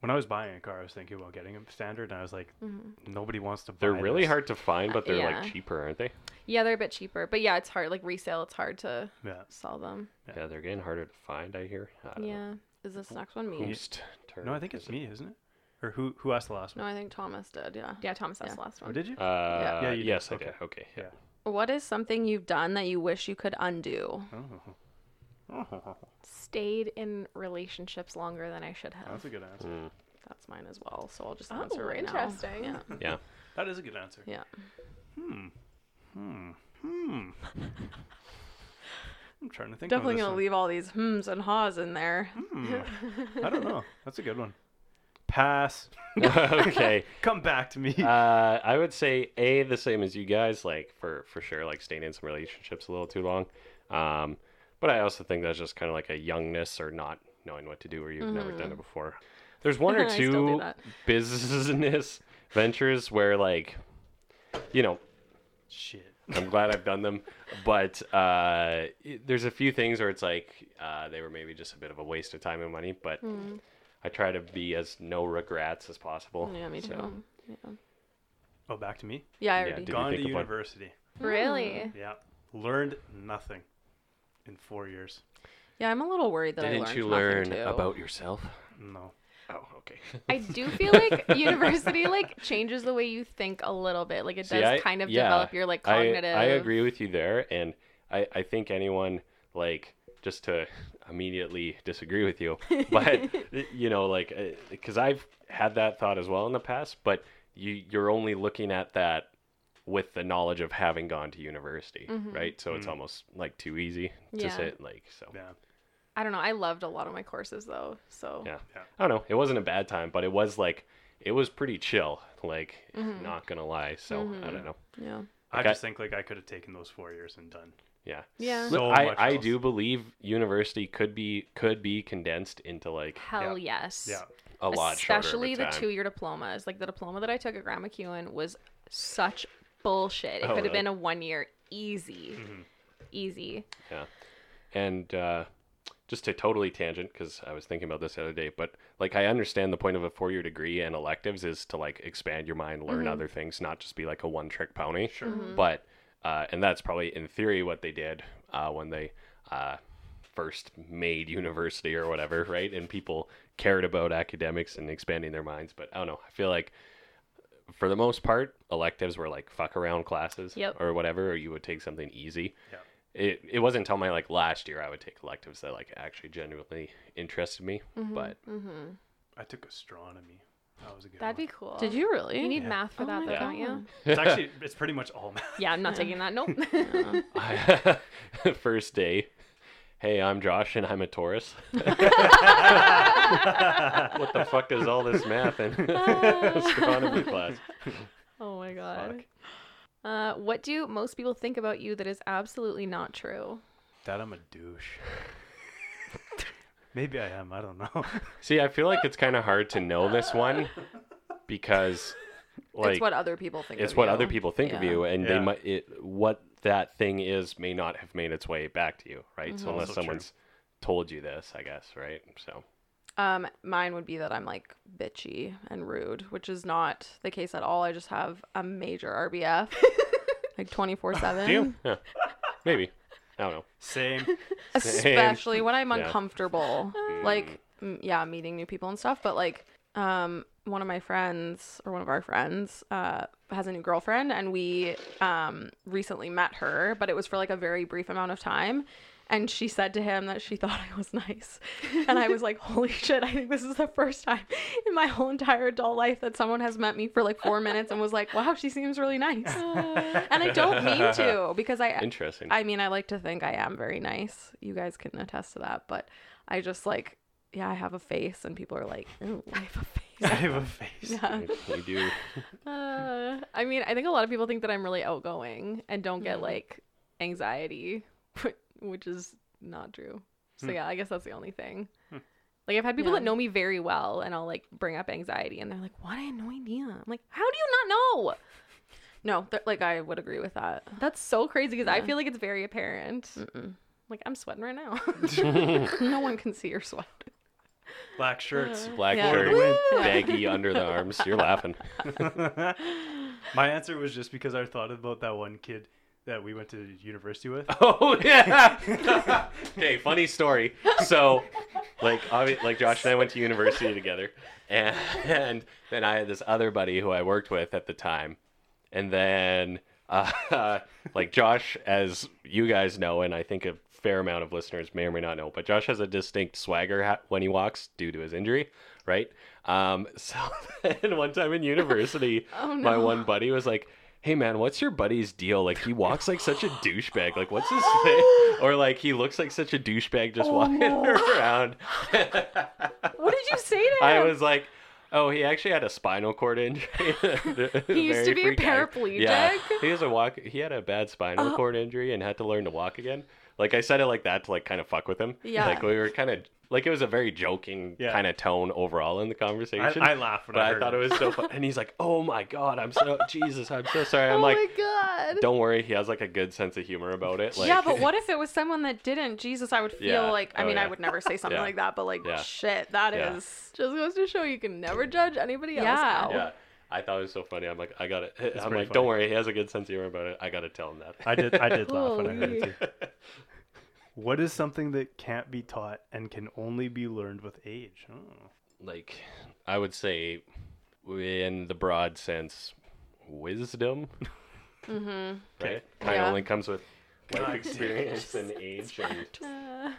C: when I was buying a car, I was thinking about getting a standard, and I was like,
E: Mm-hmm.
C: nobody wants to buy.
D: They're really
C: this.
D: hard to find, but they're
E: Uh, yeah.
D: like cheaper, aren't they?
E: Yeah, they're a bit cheaper, but yeah, it's hard. Like resale, it's hard to
C: Yeah.
E: sell them.
D: Yeah. they're getting harder to find. I hear. I don't know.
E: Yeah.
B: Is this next one me?
D: Whose turn
C: No, I think
D: is
C: it's me, isn't it? Or who who asked the last
B: No,
C: one?
B: I think Thomas did. Yeah.
E: Yeah, Thomas, that's
B: Yeah.
E: the last
C: oh,
E: one.
C: did you?
D: Uh, yeah.
C: Yeah, you did.
D: yes, I
C: Okay.
D: did. Okay. Yeah.
B: What is something you've done that you wish you could undo?
D: Uh.
C: Oh,
E: Stayed in relationships longer than I should have.
C: *laughs* that's a good answer.
D: Mm.
B: That's mine as well. So I'll just
E: Oh,
B: answer right
E: interesting.
B: now.
D: Yeah.
C: That is a good answer.
B: Yeah.
C: Hmm. Hmm. Hmm. *laughs* I'm trying to think.
B: Definitely
C: of
B: gonna
C: this
B: leave all these hms and haws in there.
C: one. Hmm. I don't know. That's a good one. Pass. *laughs*
D: *laughs* okay.
C: Come back to *laughs* me.
D: Uh, I would say a the same as you guys, like for for sure, like staying in some relationships a little too long. Um, but I also think that's just kind of like a youngness or not knowing what to do or you've never done it before. There's one or
E: I still do
D: two
E: that.
D: business *laughs* ventures where like, you know,
C: Shit.
D: I'm glad I've done them, but uh, it- there's a few things where it's like uh, they were maybe just a bit of a waste of time and money, but I try to be as no regrets as possible.
B: Yeah, me too.
D: So,
C: Oh, back to me.
B: Yeah, I
D: Yeah,
B: already.
D: do- Did you
C: Gone to
D: think of one?
C: university.
B: Hmm.
E: Really?
C: Yeah. Learned nothing in four years.
B: yeah, I'm a little worried that I
D: didn't
B: learned
D: you
B: nothing,
D: learn
B: too.
D: about yourself?
C: No.
D: Oh, okay.
E: I do feel like
D: *laughs*
E: university like changes the way you think a little bit. Like it
D: See,
E: does
D: I-
E: kind of
D: yeah,
E: develop your like
D: I-
E: cognitive.
D: I, agree with you there, and I, I think anyone like just to immediately disagree
E: *laughs*
D: with you, but you know, like because I've had that thought as well in the past, but you you're only looking at that with the knowledge of having gone to university, right? So it's almost like too easy to
E: Mm-hmm. Yeah.
D: sit like so. Yeah.
C: Yeah.
E: I don't know. I loved a lot of my courses though. So
C: Yeah.
D: I don't know. It wasn't a bad time, but it was like it was pretty chill. Like
E: Mm-hmm.
D: not gonna lie. So I don't know.
B: Yeah.
C: I
D: Okay.
C: just think like I could have taken those four years and done.
D: Yeah.
E: Yeah.
C: So
D: I,
C: much
D: I
C: else.
D: do believe university could be could be condensed into like
E: hell yes.
C: Yeah.
D: a lot
E: Especially the
D: shorter of a time.
E: two year diplomas. Like the diploma that I took at Grand McEwen was such bullshit. It
D: Oh,
E: could have
D: really? Mm-hmm.
E: been a one year easy. Easy.
D: Yeah. And uh, just to totally tangent, because I was thinking about this the other day, but like I understand the point of a four year degree and electives is to like expand your mind, learn other things, not just be like a one trick pony. Sure. But, uh, and that's probably in theory what they did uh, when they uh, first made university or whatever, right? And people cared about academics and expanding their minds. But I don't know. I feel like for the most part, electives were like fuck around classes
E: Yep.
D: or whatever, or you would take something easy
C: Yeah.
D: it it wasn't until my like last year I would take electives that like actually genuinely interested me.
B: Mm-hmm.
D: But *laughs*
C: I took astronomy. That was a good
E: That'd
C: one.
E: be cool.
B: Did you really?
E: You need
C: Yeah.
E: math for
B: Oh my
E: that though, don't you?
C: It's actually *laughs* it's pretty much all math.
E: Yeah, I'm not taking that. Nope.
D: I, first day, hey, I'm Josh and I'm a Taurus. what the fuck is all this math and *laughs* astronomy class?
E: *laughs* oh my god. Uh, what do most people think about you that is absolutely not true?
C: That I'm a douche. Maybe I am. I don't know. *laughs*
D: See, I feel like it's kind of hard to know this one because like
B: it's what other people think.
D: it's
B: of
D: what
B: you.
D: other people think of
B: Yeah.
D: you and they
C: Yeah.
D: might it, what that thing is may not have made its way back to you right
B: Mm-hmm.
D: so unless
C: Also true.
D: someone's told you this i guess right so
B: Um, mine would be that I'm like bitchy and rude, which is not the case at all. I just have a major RBF,
E: *laughs*
B: like 24 seven,
D: yeah maybe i don't know
C: Same.
B: especially when I'm
D: Yeah.
B: uncomfortable. Like, m- yeah, meeting new people and stuff. But like, um, one of my friends or one of our friends uh, has a new girlfriend, and we um, recently met her, but it was for like a very brief amount of time. And she said to him that she *laughs* thought I was nice. And I was like, holy *laughs* shit, I think this is the first time in my whole entire adult life that someone has met me for like four minutes and was like, wow, she seems really nice. and I don't mean to because I
D: interesting *laughs*
B: I mean, I like to think I am very nice. You guys can attest to that, but I just like, yeah, I have a face, and people are like, "Ew."
E: I have a face.
C: I
B: *laughs*
C: have a face.
B: yeah.
D: we do
E: Uh, I mean, I think a lot of people think that I'm really outgoing and don't get like anxiety, *laughs* which is not true. So yeah, I guess that's the only thing. Like I've had people
B: Yeah.
E: that know me very well, and I'll like bring up anxiety, and they're like, "What? I had no idea." I'm like, "How do you not know?"
B: No, th- like I would agree with that.
E: That's so crazy because I feel like it's very apparent.
B: Mm-mm.
E: *laughs*
B: *laughs*
E: Like I'm sweating right now.
B: no one can see your sweat.
C: Black shirts.
D: *laughs* Black
B: Yeah.
D: shirt,
B: *laughs*
C: Woo!
D: baggy under the arms. You're laughing.
C: My answer was just because I thought about that one kid that we went to university with.
D: Oh yeah. *laughs* okay, funny story. So, like, obvi- like Josh and I went to university together, and, and then I had this other buddy who I worked with at the time, and then uh, *laughs* like Josh, as you guys know, and I think a fair amount of listeners may or may not know, but Josh has a distinct swagger ha- when he walks due to his injury, right? Um, *laughs* so then one time in university, my one buddy was like. Hey man, what's your buddy's deal? Like he walks like such a douchebag. Like what's his thing? Or like he looks like such a douchebag just walking *laughs* around.
E: *laughs* What did you say to
D: I
E: him?
D: was like, oh, he actually had a spinal
E: *laughs*
D: cord injury. *laughs*
E: He used to
D: Very
E: be a
D: freaked out.
E: paraplegic. Oh.
D: Yeah, he was a walk. He had a bad spinal cord injury and had to learn to walk again. Like I said it like that to like kind of fuck with him.
B: Yeah.
D: Like we were kind of like it was a very joking
C: Yeah.
D: kind of tone overall in the
C: I,
D: conversation.
C: I laughed when
D: but
C: I,
D: I,
C: heard
D: thought it was
C: *laughs*
D: so fun. And he's like, "Oh my god, I'm so Jesus, I'm so sorry." I'm like,
E: Oh God.
D: "Don't worry, he has like a good sense of humor about it." Like,
B: yeah, but what if it was someone that didn't? Jesus, I would feel
D: Yeah.
B: like I
D: Oh,
B: mean,
D: yeah.
B: I would never say something
D: Yeah.
B: like that, but like
D: Yeah.
B: shit, that is
D: Yeah.
E: Just goes to show you can never judge anybody else.
B: Yeah.
E: out.
D: *laughs* Yeah, I thought it was so funny. I'm like, I got it. I'm
C: pretty
D: like,
C: funny.
D: don't worry, he has a good sense of humor about it. I got to tell him that.
C: I did. I did laugh when I heard
E: Holy.
C: it too. What is something that can't be taught and can only be learned with age? Oh.
D: like I would say in the broad sense
B: *laughs*
D: wisdom mm-hmm. right kind of
B: Yeah.
D: only comes with life
C: God
D: experience and age and
B: *laughs*
E: Uh,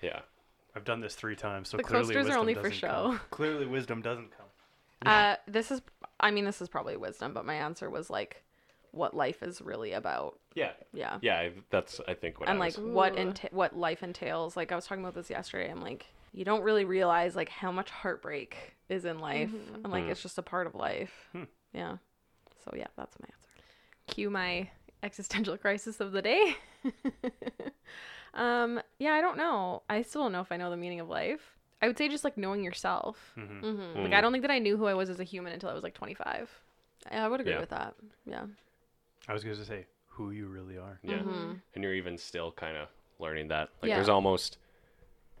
D: yeah
C: I've done this three times, so
E: The
C: clearly
E: coasters are
C: wisdom
E: only for
C: doesn't come.
E: show.
C: Clearly, wisdom doesn't come.
B: Uh, this is, I mean, this is probably wisdom, but my answer was like, what life is really about.
D: yeah
B: Yeah.
D: yeah I, that's I think what
B: and
D: I
B: like
D: was,
B: what
E: Ooh.
B: enta- what life entails. Like I was talking about this yesterday. I'm like, you don't really realize like how much heartbreak is in life. I'm like,
D: Mm. Hmm.
B: it's just a part of life. Yeah. So yeah, that's my answer.
E: cue my existential crisis of the day. um, yeah, I don't know. I still don't know if I know the meaning of life. I would say just like knowing yourself.
D: Hmm.
B: Mm-hmm.
E: Like I don't think that I knew who I was as a human until I was like 25.
B: I would agree
D: Yeah.
B: with that. Yeah.
C: I was going to say who you really are.
D: yeah
E: Mhm.
D: and you're even still kind of learning that like
E: Yeah.
D: there's almost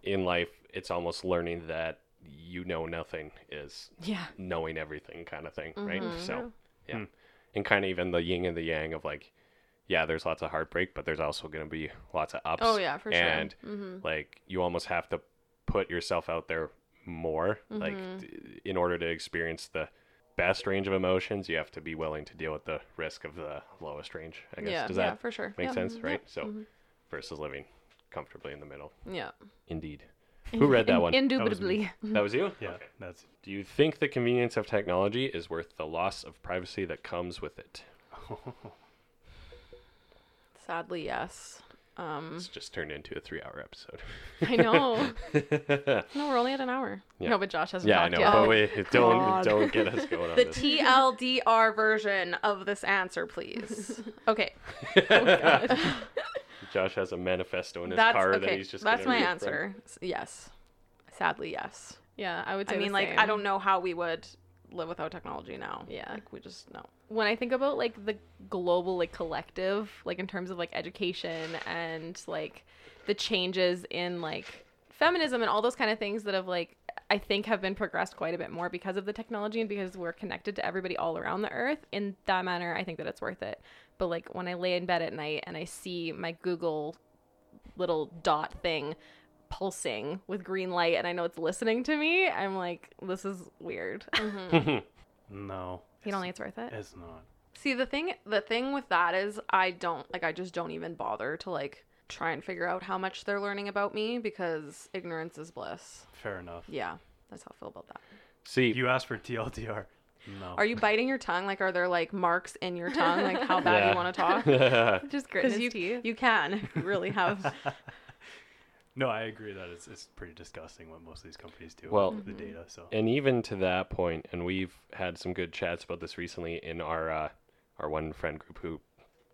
D: in life it's almost learning that you know nothing is
E: Yeah.
D: knowing everything kind of thing, right?
B: Mm-hmm.
D: So, yeah.
C: Hmm.
D: And kind of even the yin and the yang of like, yeah, there's lots of heartbreak, but there's also going to be lots of ups.
B: Oh, yeah, for sure.
D: and,
E: Mm-hmm.
D: like, you almost have to put yourself out there more. Like,
B: Mm-hmm.
D: d- in order to experience the best range of emotions, you have to be willing to deal with the risk of the lowest range, I guess.
B: Yeah.
D: Does
B: yeah.
D: that
B: For sure.
D: make
B: yeah.
D: sense? Right? So, versus living comfortably in the middle.
B: Mm-hmm. Yeah.
D: Indeed. Who read that one?
E: Indubitably.
D: that was you?
C: Yeah, that's
D: Do you think the convenience of technology is worth the loss of privacy that comes with it?
B: Sadly, yes.
D: *laughs*
B: Um,
D: It's just turned into a three hour episode.
E: I
D: *laughs*
E: know. no, we're only at an hour.
D: Yeah.
E: No, but Josh hasn't
D: yeah, I
E: talked
D: know.
E: yet.
D: But wait, don't don't get us going
B: *laughs*
D: on
B: the
D: this.
B: TLDR version of this answer, *laughs* please. okay.
D: *laughs* Josh has a manifesto in his
B: That's
D: car that
B: okay.
D: he's just
B: That's
D: gonna
B: my
D: read from.
B: answer. S- Yes. Sadly, yes.
E: Yeah, I would say
B: I
E: the
B: mean, like,
E: same.
B: I don't know how we would live without technology now.
E: Yeah.
B: Like, we just know.
E: when I think about like the global like collective, like in terms of like education and like the changes in like feminism and all those kind of things that have like I think have been progressed quite a bit more because of the technology and because we're connected to everybody all around the earth. In that manner, I think that it's worth it. But like when I lay in bed at night and I see my Google little dot thing pulsing with green light and I know it's listening to me, I'm like, this is weird.
D: Mm-hmm.
C: no.
E: *laughs* you don't think it's worth it?
C: It's not.
B: See, the thing, the thing with that is, I don't like. I just don't even bother to like try and figure out how much they're learning about me because ignorance is bliss.
C: Fair enough.
B: Yeah, that's how I feel about that.
D: *laughs* See,
C: You asked for TLDR. No.
B: Are you biting your tongue? Like, are there like marks in your tongue? Like, how bad
D: Yeah.
B: you want to
C: *laughs*
B: talk? *laughs*
D: *laughs*
E: Just gritting
B: Because
E: his
B: you
E: teeth.
B: you can if you *laughs* really have.
C: No, I agree that it's it's pretty disgusting what most of these companies do.
D: Well-
C: with the data. So
D: and even to that point, and we've had some good chats about this recently in our uh, our one friend group who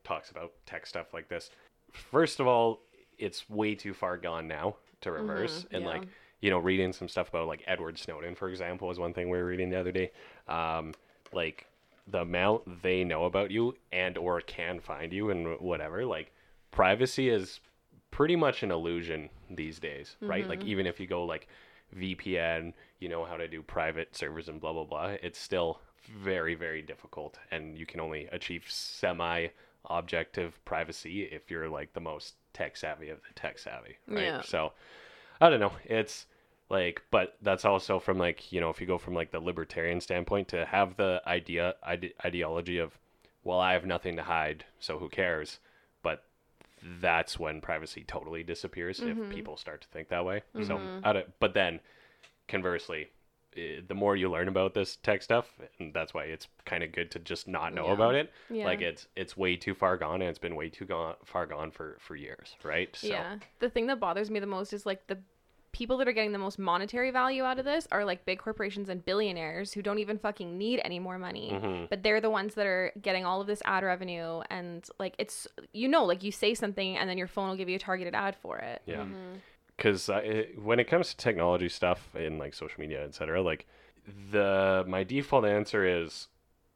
D: talks about tech stuff like this. First of all, it's way too far gone now to reverse, and
B: yeah.
D: like you know, reading some stuff about like Edward Snowden, for example, was one thing we were reading the other day. Um, like the amount they know about you and or can find you and whatever, like privacy is pretty much an illusion these days, right? Like even if you go like VPN, you know how to do private servers and blah blah blah, it's still very very difficult and you can only achieve semi objective privacy if you're like the most tech savvy of the tech savvy, right?
B: Yeah.
D: So I don't know. It's like but that's also from like you know if you go from like the libertarian standpoint to have the idea ide- ideology of well i have nothing to hide so who cares but that's when privacy totally disappears
E: Mm-hmm.
D: if people start to think that way so I don't, but then conversely eh, the more you learn about this tech stuff and that's why it's kind of good to just not know about it
E: Yeah.
D: like it's it's way too far gone and it's been way too gone, far gone for for years right so
E: Yeah. The thing that bothers me the most is like the people that are getting the most monetary value out of this are like big corporations and billionaires who don't even fucking need any more money.
D: Mm-hmm.
E: But they're the ones that are getting all of this ad revenue and like it's you know like you say something and then your phone will give you a targeted ad for it.
D: Yeah. Because when it comes to technology stuff and like social media, etc., like the my default answer is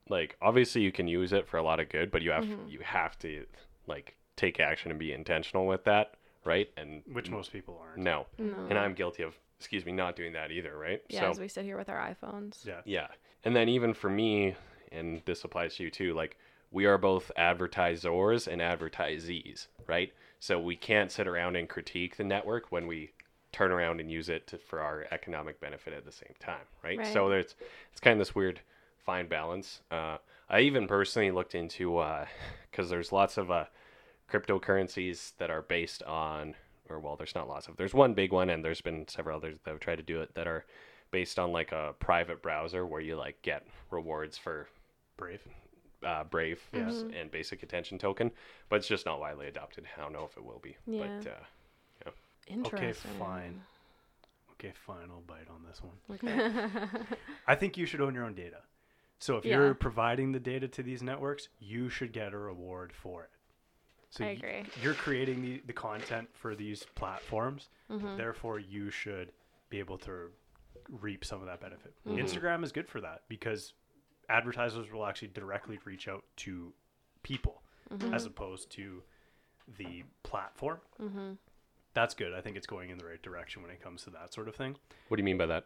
D: like obviously you can use it for a lot of good, but you have you have to like take action and be intentional with that, right? And
C: which most people aren't.
D: no, and I'm guilty of excuse me not doing that either, right?
E: Yeah,
D: So-
E: as we sit here with our iPhones.
C: Yeah.
D: yeah. And then even for me, and this applies to you too, like we are both advertisers and advertisees, right? So we can't sit around and critique the network when we turn around and use it to, for our economic benefit at the same time, right?
E: Right.
D: So there's it's kind of this weird fine balance. Uh, I even personally looked into *laughs* because there's lots of uh, cryptocurrencies that are based on, or well, there's not lots of. There's one big one, and there's been several others that have tried to do it that are based on like a private browser where you like get rewards for
C: Brave.
D: uh, Brave and Basic Attention Token, but it's just not widely adopted. I don't know if it will be,
E: Yeah.
D: but uh,
C: Okay,
B: Interesting.
C: fine. Okay, fine. I'll bite on this one. I think you should own your own data. So if
E: Yeah.
C: you're providing the data to these networks, you should get a reward for it. So
E: I
C: y-
E: agree.
C: you're creating the, the content for these platforms.
E: Mm-hmm.
C: Therefore, you should be able to reap some of that benefit.
E: Mm-hmm.
C: Instagram is good for that because advertisers will actually directly reach out to people
E: Mm-hmm.
C: as opposed to the platform.
E: Mm-hmm.
C: That's good. I think it's going in the right direction when it comes to that sort of thing.
D: what do you mean by that?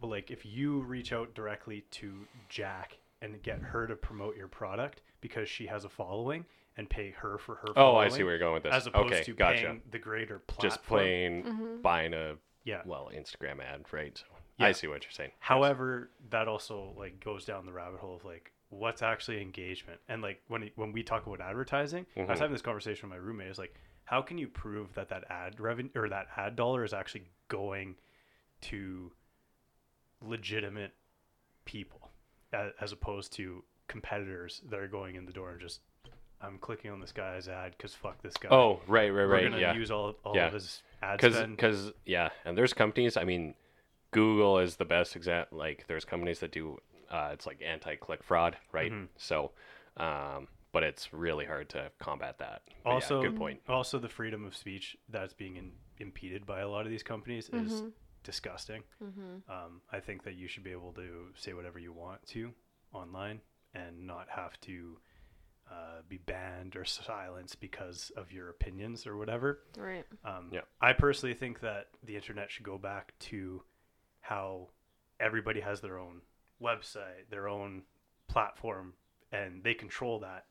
C: But like if you reach out directly to Jack and get her to promote your product because she has a following and pay her for her
D: Oh,
C: following.
D: I see where you're going with this.
C: As opposed
D: okay,
C: to
D: gotcha.
C: paying the greater platform.
D: Just plain buying a
C: Yeah.
D: well Instagram ad, right? So
C: Yeah.
D: I see what you're saying.
C: However, that also like goes down the rabbit hole of like what's actually engagement and like when it- when we talk about advertising, I
D: Mm-hmm.
C: was having this conversation with my roommate. Is like, how can you prove that that ad revenue or that ad dollar is actually going to legitimate people a- as opposed to competitors that are going in the door and just I'm clicking on this guy's ad because fuck this guy.
D: Oh, right, right,
C: we're
D: right.
C: gonna
D: yeah.
C: use all all
D: Yeah.
C: of his ad
D: because
C: spend.
D: because yeah and there's companies i mean google is the best example like there's companies that do uh, it's like anti-click fraud right
C: Mm-hmm.
D: so um, but it's really hard to combat that But yeah,
C: also
D: good point
C: also the freedom of speech that's being in, impeded by a lot of these companies is disgusting um, i think that you should be able to say whatever you want to online and not have to uh, be banned or silenced because of your opinions or whatever
B: Right.
C: um,
D: Yeah.
C: I personally think that the internet should go back to how everybody has their own website, their own platform, and they control that.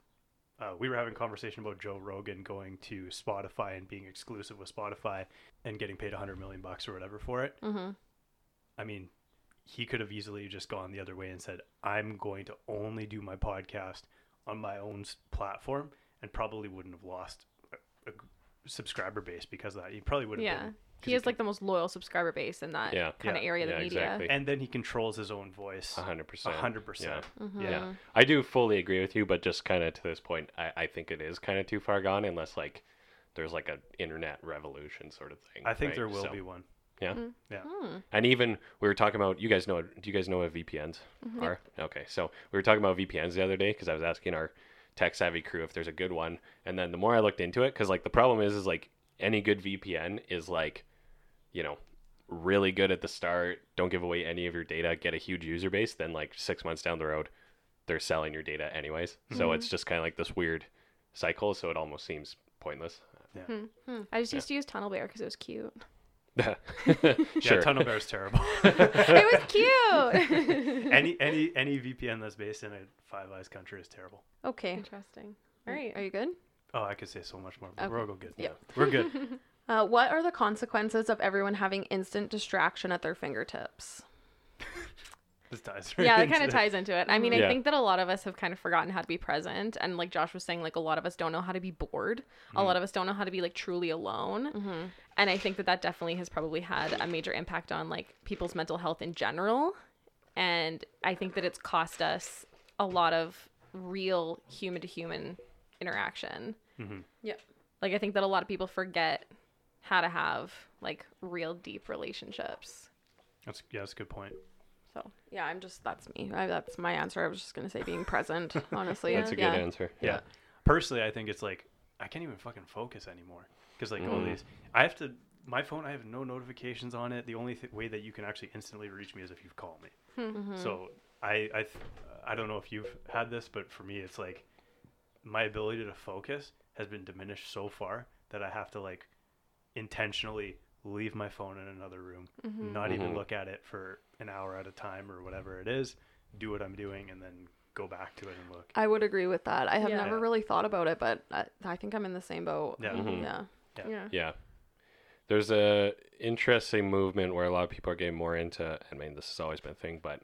C: Uh, we were having a conversation about Joe Rogan going to Spotify and being exclusive with Spotify and getting paid 100 million bucks or whatever for it.
E: Mhm.
C: I mean, he could have easily just gone the other way and said, "I'm going to only do my podcast on my own s- platform," and probably wouldn't have lost a, a g- subscriber base because of that. He probably would have.
E: Yeah.
C: been- 'cause
E: He has
C: con-
E: like the most loyal subscriber base in that
D: Yeah.
E: kind of
C: Yeah.
E: area of
D: Yeah,
E: the media.
D: exactly.
C: and then he controls his own voice.
D: 100%
C: A hundred
D: yeah.
C: percent.
E: Mm-hmm. Mm.
D: yeah i do fully agree with you but just kind of to this point I, I think it is kind of too far gone unless like there's like an internet revolution sort of thing
C: I think
D: right?
C: there will
D: So,
C: be one.
D: yeah
B: Mm.
C: Yeah.
B: Hmm.
D: And even we were talking about you guys know do you guys know what VPNs
B: Mm-hmm.
D: are? Okay, so we were talking about VPNs the other day because I was asking our tech savvy crew if there's a good one, and then the more I looked into it, because like the problem is is like any good VPN is like, you know, really good at the start, don't give away any of your data, get a huge user base, then like six months down the road, they're selling your data anyways. So it's just kind of like this weird cycle. So it almost seems pointless. *laughs*
E: I just used to use Tunnel Bear because it was cute.
D: sure.
C: Yeah, Tunnel
D: *laughs*
C: Bear's terrible.
E: *laughs*
C: *laughs*
E: *laughs* it was cute.
C: any any any VPN that's based in a Five Eyes country is terrible.
B: Okay.
E: Interesting.
B: All right. Are you good?
C: Oh, I could say so much more, but
B: Okay.
C: we're all good.
B: Yeah.
C: Yeah. We're good.
E: *laughs*
B: Uh, what are the consequences of everyone having instant distraction at their fingertips?
C: This ties right
E: Yeah, that kind
C: *laughs* into
E: of
C: the-
E: ties into it. I mean,
D: Yeah.
E: I think that a lot of us have kind of forgotten how to be present, and like Josh was saying, like a lot of us don't know how to be bored. A lot of us don't know how to be like truly alone, and I think that that definitely has probably had a major impact on like people's mental health in general. And I think that it's cost us a lot of real human to human interaction.
B: Yep.
E: Like I think that a lot of people forget how to have like real deep relationships.
C: That's yeah, that's a good point.
B: So yeah, I'm just that's me. I, that's my answer. I was just gonna say being
D: *laughs*
B: present. Honestly,
D: That's a good
B: yeah.
D: answer. Yeah.
C: Personally, I think it's like I can't even fucking focus anymore because like all these, I have to my phone. I have no notifications on it. The only th- way that you can actually instantly reach me is if you call me. So I I th- I don't know if you've had this, but for me, it's like my ability to focus has been diminished so far that I have to like intentionally leave my phone in another room, not even look at it for an hour at a time or whatever it is, do what I'm doing, and then go back to it and look.
B: I would agree with that. I have
E: Yeah.
B: never really thought about it, but I, I think I'm in the same boat. Mm-hmm.
C: Yeah. Mhm.
B: Yeah.
E: Yeah.
D: Yeah. There's a interesting movement where a lot of people are getting more into. I mean, this has always been a thing, but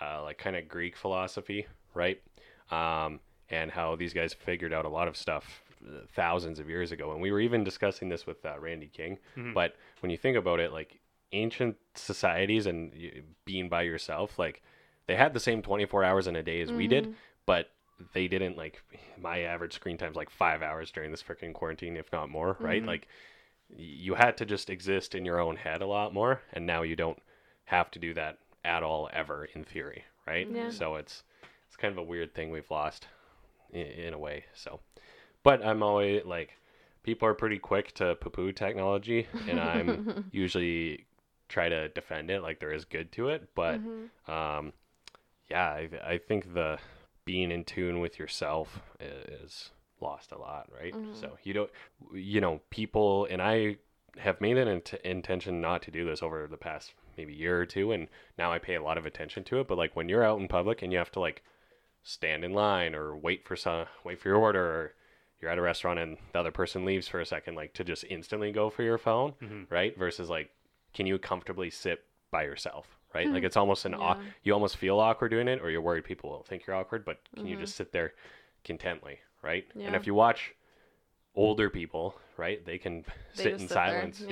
D: uh, like kind of Greek philosophy, right? Um, and how these guys figured out a lot of stuff uh, thousands of years ago. And we were even discussing this with uh, Randy King. But when you think about it, like ancient societies and y- being by yourself, like they had the same 24 hours in a day as we did, but they didn't like *sighs* my average screen time's like five hours during this freaking quarantine, if not more, right? Like y- you had to just exist in your own head a lot more, and now you don't have to do that at all ever in theory, right?
E: Yeah.
D: So it's it's kind of a weird thing we've lost in, in a way. So, but I'm always like, people are pretty quick to poo poo technology, and I'm usually try to defend it like there is good to it, but
E: Mm-hmm.
D: um, yeah, I, I think the being in tune with yourself is lost a lot, right? So you don't, you know, people and I have made an int- intention not to do this over the past maybe year or two, and now I pay a lot of attention to it. But like when you're out in public and you have to like stand in line or wait for some wait for your order or you're at a restaurant and the other person leaves for a second like to just instantly go for your phone right versus like can you comfortably sit by yourself right
B: Hmm.
D: like it's almost an au- you almost feel awkward doing it or you're worried people will think you're awkward but can you just sit there contently right and
B: Mm-hmm. Yeah.
D: if you watch older people right they can
B: They
D: sit in
B: just sit there.
D: silence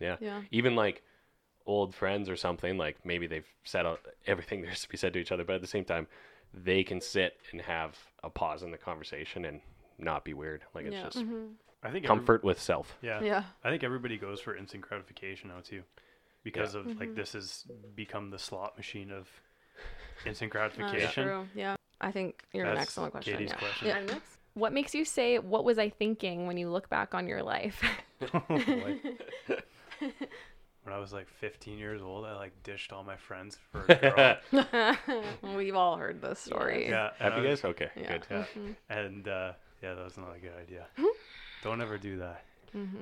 D: yeah
B: Yeah.
D: even like old friends or something like maybe they've said all- everything *laughs* there's to be said to each other but at the same time they can sit and have a pause in the conversation and not be weird like it's
B: Yeah. Mm-hmm.
D: just
C: I think every-
D: comfort with self
C: Yeah.
B: Yeah.
C: I think everybody goes for instant gratification now too, because of like this has become the slot machine of instant
B: That's
C: gratification.
B: true. Yeah. I think you're an
C: That's
B: excellent question.
C: Katie's
B: yeah.
C: question.
B: Yeah.
E: What makes you say, "What was I thinking?" when you look back on your life?
C: *laughs*
E: *laughs*
C: Oh, boy. when I was like 15 years old, I like dished all my friends for a girl.
B: *laughs* We've all heard this story.
C: yeah. and
D: happy
C: I
D: guys
C: was-
D: Uh, okay
B: Yeah.
D: good
C: Yeah. And uh, yeah, that was not a good idea. Don't ever do that.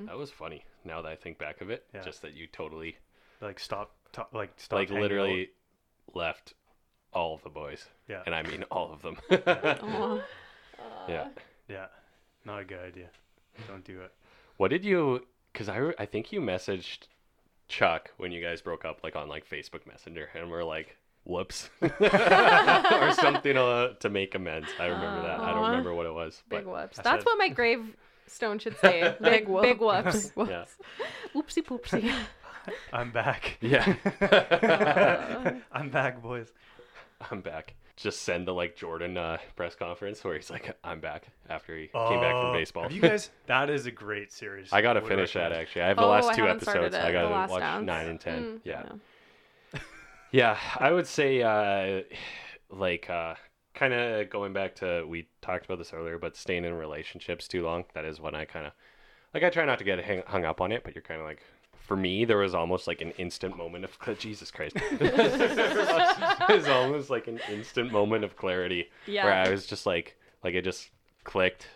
D: that was funny now that i think back of it
C: Mm-hmm. Yeah.
D: just that you totally
C: Like stop. To- like stop.
D: like
C: hanging out.
D: literally left all of the boys
C: Yeah.
D: and i mean all of them
B: *laughs*
D: *laughs*
B: Aw.
D: yeah
C: Yeah. Not a good idea. Don't do it.
D: What did you? Because I, re- I think you messaged Chuck when you guys broke up, like on like Facebook Messenger, and we're like, "Whoops," *laughs* or something uh, to make amends. I remember that. I don't
B: Aw.
D: remember what it was, but
E: Big whoops.
C: I
E: That's
C: said-
E: what my gravestone should say. *laughs* big,
B: whoop.
E: big whoops.
B: Well,
D: *laughs* yeah,
E: Oopsie poopsie.
C: I'm
D: *laughs*
C: back. *laughs*
D: yeah, *laughs*
C: I'm back, boys.
D: I'm back. Just send the like Jordan uh, press conference where he's like, "I'm back" after he came back
C: Oh,
D: from baseball.
C: Have you
D: *laughs*
C: guys? That is a great series.
D: I gotta
C: Would
D: finish that
C: recommend.
D: actually. I have the
B: Oh,
D: last
B: I
D: two
B: haven't started
D: episodes. I
B: it. The
D: gotta
B: last
D: watch
B: downs.
D: nine and ten.
B: Mm,
D: yeah.
B: yeah.
D: *laughs* Yeah, I would say uh, like uh, kind of going back to we talked about this earlier, but staying in relationships too long. That is when I kind of like I try not to get hang, hung up on it, but you're kind of like. For me, there was almost like an instant moment of *laughs* Jesus Christ. *laughs* it was almost like an instant moment of clarity
E: *laughs* Yeah.
D: where I was just like, like it just clicked,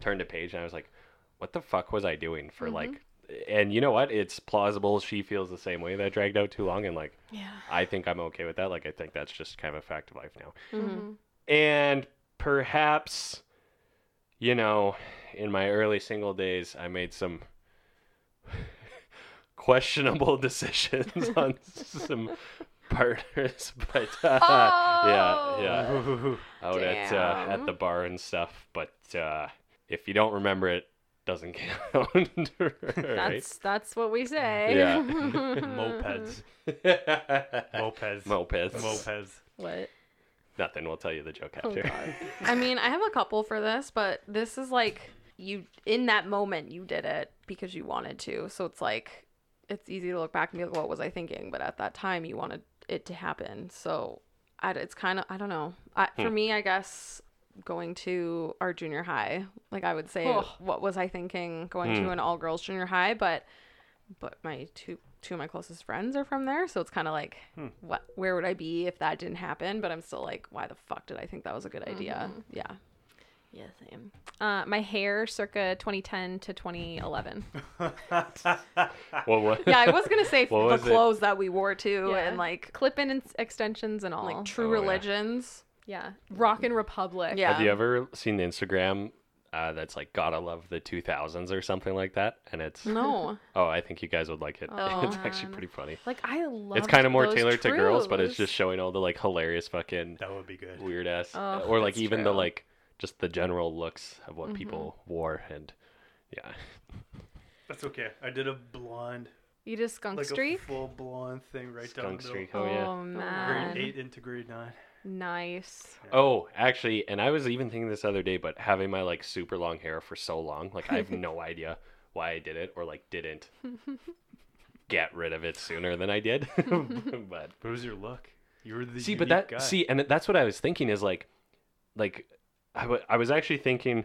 D: turned a page, and I was like, what the fuck was I doing for like and you know what? It's plausible. She feels the same way. That dragged out too long, and like,
B: Yeah.
D: I think I'm okay with that. Like, I think that's just kind of a fact of life now.
E: Mhm.
D: And perhaps, you know, in my early single days, I made some *laughs*
B: *laughs*
D: questionable *laughs* decisions on some partners, *laughs* but uh, yeah,
B: *laughs*
D: yeah,
C: Ooh,
D: out at uh,
B: Oh. Damn.
D: at the bar and stuff. But uh, if you don't remember it, doesn't *laughs* count. right?
E: That's that's what we say.
B: *laughs*
D: Yeah.
E: *laughs*
D: *laughs*
C: mopeds. Mopeds.
D: Mopeds.
C: Mopeds.
E: What?
D: Nothing. We'll tell you the joke
E: Oh
B: *laughs*
D: after.
E: God.
B: I mean, I have a couple for this, but this is like you in that moment you did it because you wanted to. So it's like it's easy to look back and be like, "What was I thinking?" But at that time, you wanted it to happen. So I, it's kind of I don't know. I,
D: Hmm.
B: for me, I guess going to our junior high, like I would say,
E: Ugh.
B: what was I thinking going
D: Hmm.
B: to an all girls junior high? But but my two two of my closest friends are from there so it's kind of like
D: Hmm.
B: what where would i be if that didn't happen but i'm still like why the fuck did i think that was a good idea yeah
E: Yeah, same. Uh, my hair, circa 2010 to 2011.
D: Well, what?
B: yeah i was gonna
D: *laughs*
B: say
D: What
B: the
D: was it?
B: clothes that we wore too
E: Yeah.
B: and like
E: Clip-in and s- extensions and all.
B: like
E: Like,
B: true
D: Oh, yeah.
B: religions
E: yeah, Rockin' Republic.
B: yeah
D: Have you ever seen the Instagram uh, that's like "Gotta Love the 2000s" or something like that? And it's
B: *laughs* no
D: oh, I think you guys would like it. *laughs*
B: Oh,
D: it's actually
E: man.
D: pretty funny.
E: Like I love.
D: It's kind of more tailored to girls, but it's just showing all the like hilarious fucking
C: That would be good.
D: weird ass, uh,
E: Oh,
D: or like
E: that's
D: even the
E: true. Mm-hmm.
D: like just the general looks of what people wore and yeah.
C: That's okay. I did a blonde,
E: you just skunk
C: like
E: streak.
C: a full blonde thing right down
D: Skunk
C: the middle.
D: streak. Oh yeah.
E: man,
C: Grade eight into grade nine.
E: nice.
D: Oh, actually, and I was even thinking this other day, but having my like super long hair for so long, like I have no idea why I did it or like didn't get rid of it sooner than I did. *laughs* but
C: But it was your look. You were the
D: see, but
C: unique
D: that
C: guy.
D: see, and that's what I was thinking is like, like I wa- I was actually thinking.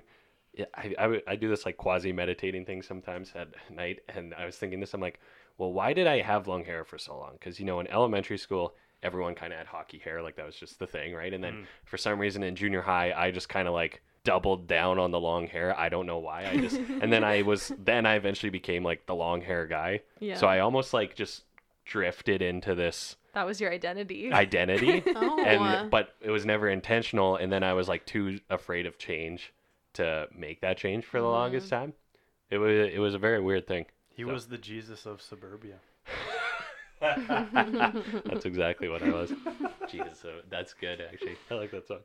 D: yeah, I, I, would- I do this like quasi meditating thing sometimes at night, and I was thinking this. I'm like, well, why did I have long hair for so long? Because you know, in elementary school, everyone kind of had hockey hair, like that was just the thing, right? And then
C: Mm.
D: for some reason in junior high, I just kind of like doubled down on the long hair. I don't know why. I just and then I was then I eventually became like the long hair guy.
E: Yeah.
D: So I almost like just drifted into this
E: That was your identity.
D: *laughs* identity
B: oh
D: and but it was never intentional and then i was like too afraid of change to make that change for the longest time it was it was a very weird thing
C: he was the Jesus of suburbia.
D: that's exactly what i was jesus so that's good actually i like that song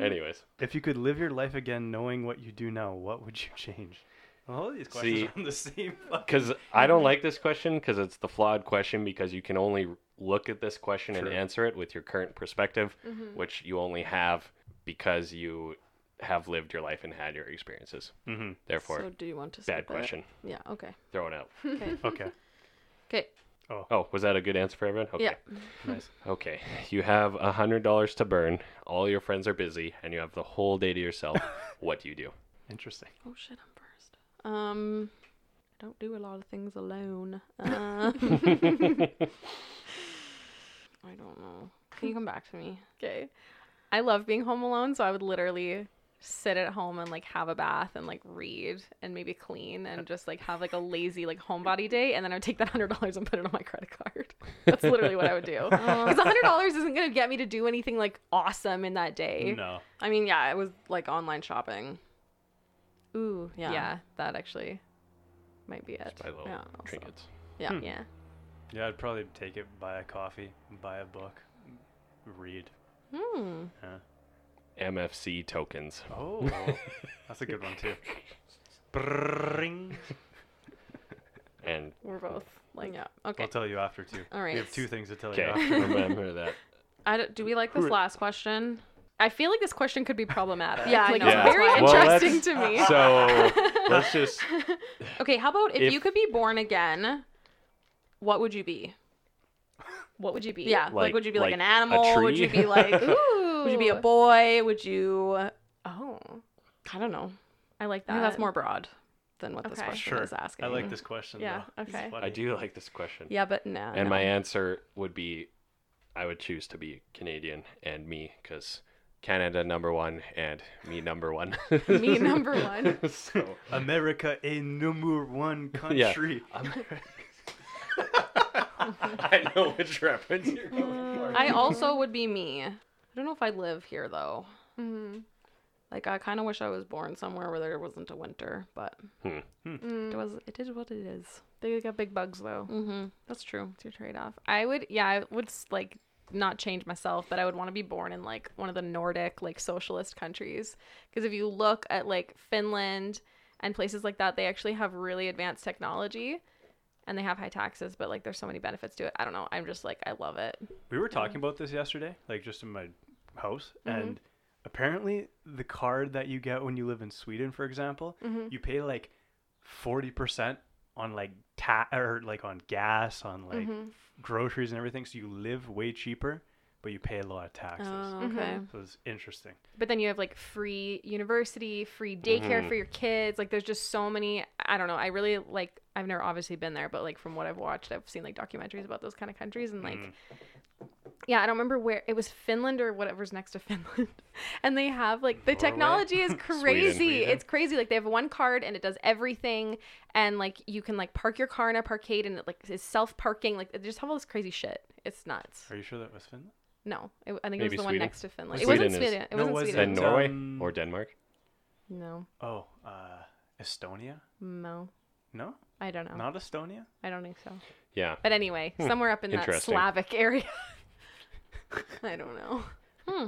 D: anyways
C: If you could live your life again, knowing what you do now, what would you *laughs* change? Well, all these questions
D: See-
C: are on the same. fucking-
D: because i don't like this question because it's the flawed question because you can only look at this question and
C: True.
D: answer it with your current perspective which you only have because you have lived your life and had your experiences
C: Mhm.
D: therefore
B: so do you want to skip
D: bad
B: it?
D: question
B: yeah okay
D: throw it out
B: okay
C: Okay.
B: okay
D: oh was that a good answer for everyone okay
B: yeah
C: *laughs* Nice.
D: Okay, you have a hundred dollars to burn. All your friends are busy, and you have the whole day
B: *laughs*
D: to yourself. what do you do?
C: Interesting.
B: oh shit i'm first um i don't do a lot of things alone um *laughs* i don't know can you come back to me
E: okay. I love being home alone, so I would literally sit at home and like have a bath and like read and maybe clean and just like have like a lazy like homebody day and then I would take that *laughs* hundred dollars and put it on my credit card. That's literally what I would do. Because hundred dollars isn't gonna get me to do anything like awesome in that day.
C: No.
B: I mean, yeah, it was like online shopping.
E: Ooh,
B: Yeah.
E: yeah. that actually might be it.
D: My little
B: Yeah, also.
D: trinkets.
E: Yeah.
C: Yeah, I'd probably take it, buy a coffee, buy a book, read.
B: Hmm.
C: Huh.
D: MFC tokens.
C: Oh, *laughs* that's a good one too. Bring.
D: And
E: We're both like
B: Like, yeah.
C: I'll
B: Okay.
C: tell you after too.
B: All right.
C: We have two things to tell
B: Oh *laughs*
D: okay,
C: you. After.
D: remember that.
B: I don't- do we like this last question?
E: I feel like this question could be problematic.
B: *laughs* Yeah, I
E: like
B: know.
E: it's
B: Yeah.
E: very
B: Well,
D: let's-
E: interesting
B: *laughs*
E: to me.
D: So let's just.
B: Okay. How about if,
D: If-
B: you could be born again, what would you be?
E: what would you be?
B: Yeah. Like,
D: Like-
B: would you be like,
D: like
B: an
D: a
B: animal? Would you
D: tree?
B: be
E: *laughs*
B: like?
E: Ooh.
B: would you be a boy? Would you?
E: Oh,
B: I don't know.
E: I like
B: I
E: that.
B: think that's more broad than what this
E: Okay.
B: question
C: Sure.
B: is asking.
C: I like this question.
E: Yeah,
C: Though. It's
E: okay.
C: funny.
D: I do like this question.
B: Yeah, but no.
D: And
B: no.
D: my answer would be, I would choose to be Canadian and me because Canada number one and me number one. *laughs*
B: Me number one.
D: so,
C: America a number one
D: *laughs* yeah.
C: country.
D: *laughs* I know which reference you're going for.
B: I also would be me. I don't know if I live here though.
E: Mm-hmm.
B: Like I kind of wish I was born somewhere where there wasn't a winter, but it was. It is what it is.
E: Hmm. They got big bugs though.
B: Mm-hmm. That's true.
E: It's your trade off. I would, yeah, I would s- like not change myself, but I would want to be born in like one of the Nordic like socialist countries. Because if you look at like Finland and places like that, they actually have really advanced technology and they have high taxes, but like there's so many benefits to it. I don't know. I'm just like, I love it.
C: We were talking about this yesterday, like just in my house, and apparently the card that you get when you live in Sweden, for example, you pay like forty percent on like ta- or like on gas, on like groceries and everything. So you live way cheaper, but you pay a lot of taxes.
B: Oh,
E: Mm-hmm.
B: okay.
C: So it's interesting.
E: But then you have like free university, free daycare
D: Mm-hmm.
E: for your kids. Like there's just so many. I don't know. I really like. I've never obviously been there, but like from what I've watched, I've seen like documentaries about those kind of countries and like.
D: Mm-hmm.
E: Yeah, I don't remember where it was Finland or whatever's next to *laughs* Finland. And they have like the
C: Norway?
E: technology is crazy.
D: *laughs* Sweden.
E: It's crazy. Like they have one card and it does everything and like you can like park your car in a parkade and it like is self-parking. Like they just have all this crazy shit. It's nuts.
C: Are you sure that was Finland?
E: No, it, I think it was
D: Maybe
E: the one
D: Sweden?
E: next to Finland. It
D: Sweden
E: wasn't
D: is-
E: Sweden. It
C: No,
E: wasn't
C: was
E: Sweden.
D: And Norway
C: Um,
D: or Denmark?
E: No,
C: Oh, uh, Estonia?
E: no,
C: No,
E: I don't know.
C: not Estonia.
E: I don't think so.
D: *laughs* Yeah.
E: But anyway, somewhere up in that
D: Interesting.
E: Slavic area. *laughs* I don't know. Hmm.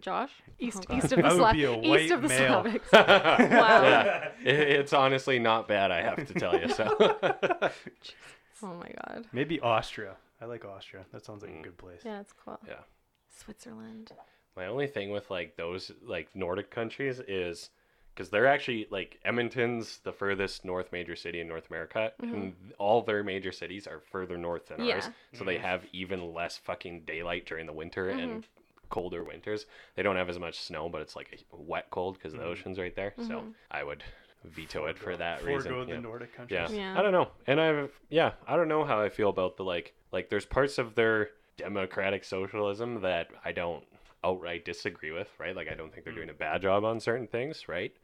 B: Josh.
E: East
B: Oh, God.
E: east of the
C: I would
E: Slav
C: be a
E: east of the
C: white
D: *laughs*
C: male.
E: Slavics.
D: Yeah. It, it's honestly not bad, I have to tell you. So *laughs*
E: Oh my god.
C: Maybe Austria. I like Austria. That sounds like a good place.
E: Yeah, it's cool.
D: Yeah.
E: Switzerland.
D: My only thing with like those like Nordic countries is because they're actually like Edmonton's the furthest north major city in North America, and all their major cities are further north than ours,
E: Yeah.
D: so they have even less fucking daylight during the winter and colder winters. They don't have as much snow, but it's like a wet cold because the ocean's right there. So I would veto it for that
C: Forgo
D: reason.
C: the
D: yeah.
C: Nordic countries.
D: Yeah.
E: Yeah.
D: I don't know. And I've yeah, I don't know how I feel about the like like there's parts of their democratic socialism that I don't outright disagree with, right? Like I don't think they're doing a bad job on certain things, right?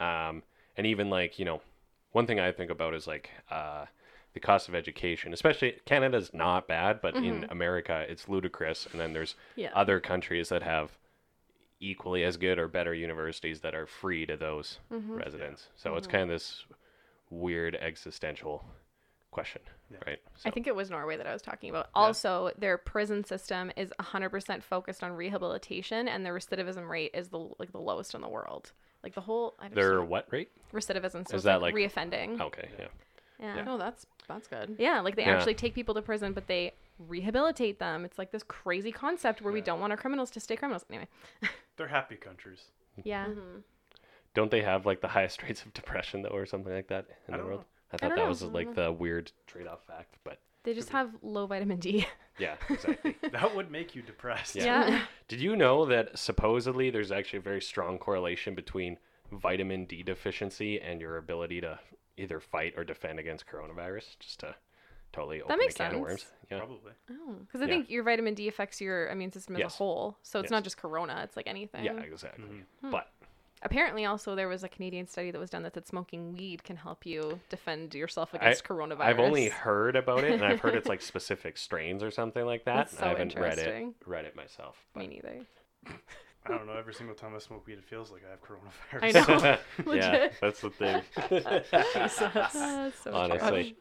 D: Um and even like, you know, one thing I think about is like uh the cost of education, especially Canada's not bad, but in America it's ludicrous and then there's
E: Mm-hmm. Yeah.
D: other countries that have equally as good or better universities that are free to those
E: Mm-hmm.
D: residents. So it's kind of this weird existential question, right? So,
E: I think it was Norway that I was talking about. Also, their prison system is 100% focused on rehabilitation and their recidivism rate is the like the lowest in the world. Like the whole I just
D: their what rate?
E: Mm-hmm. recidivism so
D: is
E: it's
D: that,
E: like,
D: like-
E: reoffending.
D: Okay, yeah.
E: yeah.
B: No, Oh, that's that's good.
E: Yeah, like they
D: Yeah.
E: actually take people to prison, but they rehabilitate them. It's like this crazy concept where we don't want our criminals to stay criminals. Anyway,
C: They're happy countries.
E: yeah,
D: Don't they have like the *laughs* highest rates of depression though, or something like that in
C: I
D: the
C: don't
D: world?
C: know.
D: I thought
E: don't
D: that
E: know. Mm-hmm.
D: was
E: I don't
D: like the weird trade-off fact, but
E: they just have low vitamin D.
D: yeah, exactly. *laughs*
C: *laughs* That would make you depressed.
E: *laughs* Yeah,
D: Did you know that supposedly there's actually a very strong correlation between vitamin D deficiency and your ability to either fight or defend against coronavirus? Just to totally open
E: makes
D: a can of worms.
E: sense.
D: Yeah.
C: Probably.
E: because I
D: Yeah.
E: think your vitamin D affects your immune system as
D: Yes.
E: a whole. So it's
D: Yes.
E: not just corona; it's like anything.
D: Yeah, exactly.
E: Hmm.
D: But
E: Apparently, also there was a Canadian study that was done that said smoking weed can help you defend yourself against coronavirus.
D: I've only heard about it, and I've
E: *laughs*
D: heard it's like specific strains or something like that.
E: That's
D: and
E: so
D: I haven't read it
E: interesting.
D: read it myself.
E: *laughs* me neither.
C: I don't know. Every single time I smoke weed, it feels like I have coronavirus.
E: I know.
D: *laughs* yeah,
E: Oh, Legit.
D: that's
E: *laughs*
D: the thing.
E: Ah, so
D: *laughs* Honestly,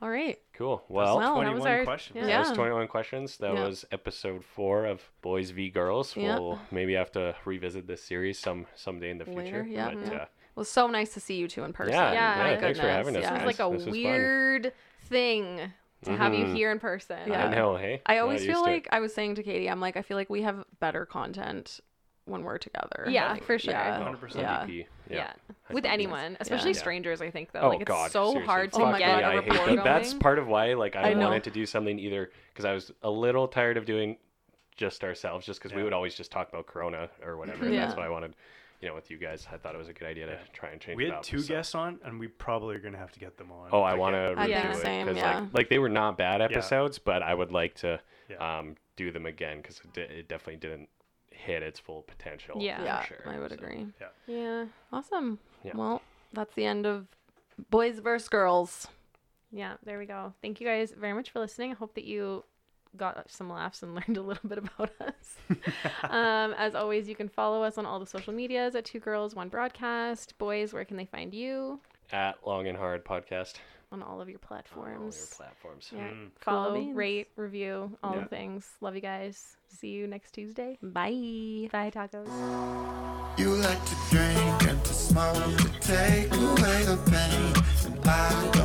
B: All right.
D: cool. Well,
E: Well, that was
C: 21
E: our
C: questions.
D: that was
B: yeah.
D: 21 questions. That
B: Yeah.
D: was episode four of Boys v Girls.
B: Yeah.
D: We'll maybe have to revisit this series some someday in the future.
B: Later, yeah,
D: but,
B: yeah.
D: Uh,
B: Well, so nice to see you two in person.
D: yeah,
E: Yeah,
D: yeah,
E: my
D: thanks for
B: goodness,
D: having us.
B: yeah.
E: this
B: Guys,
E: is like a
D: was fun.
E: weird thing to have you
D: Mhm.
E: here in person.
B: Yeah.
D: I know, hey.
B: I
D: Not
B: always
D: used
B: feel
D: to it.
B: like I was saying to Katie, I'm like, I feel like we have better content when we're together.
E: Yeah,
B: Like,
E: for sure.
B: yeah.
C: 100%.
B: Yeah.
D: DP,
E: Yeah.
D: I
E: With
D: think
E: anyone, especially strangers, I think though.
D: Oh
E: like it's
D: God,
E: so
D: seriously.
E: hard to
B: Fuck
E: get
B: me,
E: a
D: I hate
E: rapport
D: that.
E: going.
D: That's part of why, like, I,
B: I know.
D: wanted to do something either because I was a little tired of doing just ourselves, just because we
C: Yeah.
D: would always just talk about Corona or whatever. And that's
B: Yeah.
D: what I wanted. You know, with you guys, I thought it was a good idea to try and change.
C: We
D: it
C: had
D: up,
C: two
D: so-
C: guests on, and we probably are going to have to get them on.
D: Oh, I
C: again.
D: want to
B: I
D: redo
B: think
D: it
B: same,
D: because,
B: yeah.
D: like, like, they were not bad episodes, but I would like to
C: Yeah.
D: um, do them again because it, di- it definitely didn't hit its full potential.
E: Yeah.
D: for
B: yeah,
D: sure.
B: I would
D: So,
B: agree.
C: yeah.
B: Yeah. Awesome.
D: Yeah.
B: Well, that's the end of Boys vs. Girls.
E: Yeah, there we go. Thank you guys very much for listening. I hope that you got some laughs and *laughs* learned a little bit about
D: *laughs*
E: us. um, as always, you can follow us on all the social medias at Two Girls One Broadcast. Boys, where can they find you
D: At Long and Hard Podcast
E: on all of your
D: on all your
E: platforms?
D: platforms.
E: yeah.
C: Mm.
E: Follow,
B: Cool beans.
E: rate, review, all
D: Yeah.
E: the things. Love you guys. See you next Tuesday.
B: Bye.
E: Bye, tacos.
F: You like to drink and to smoke to take away the pain. And I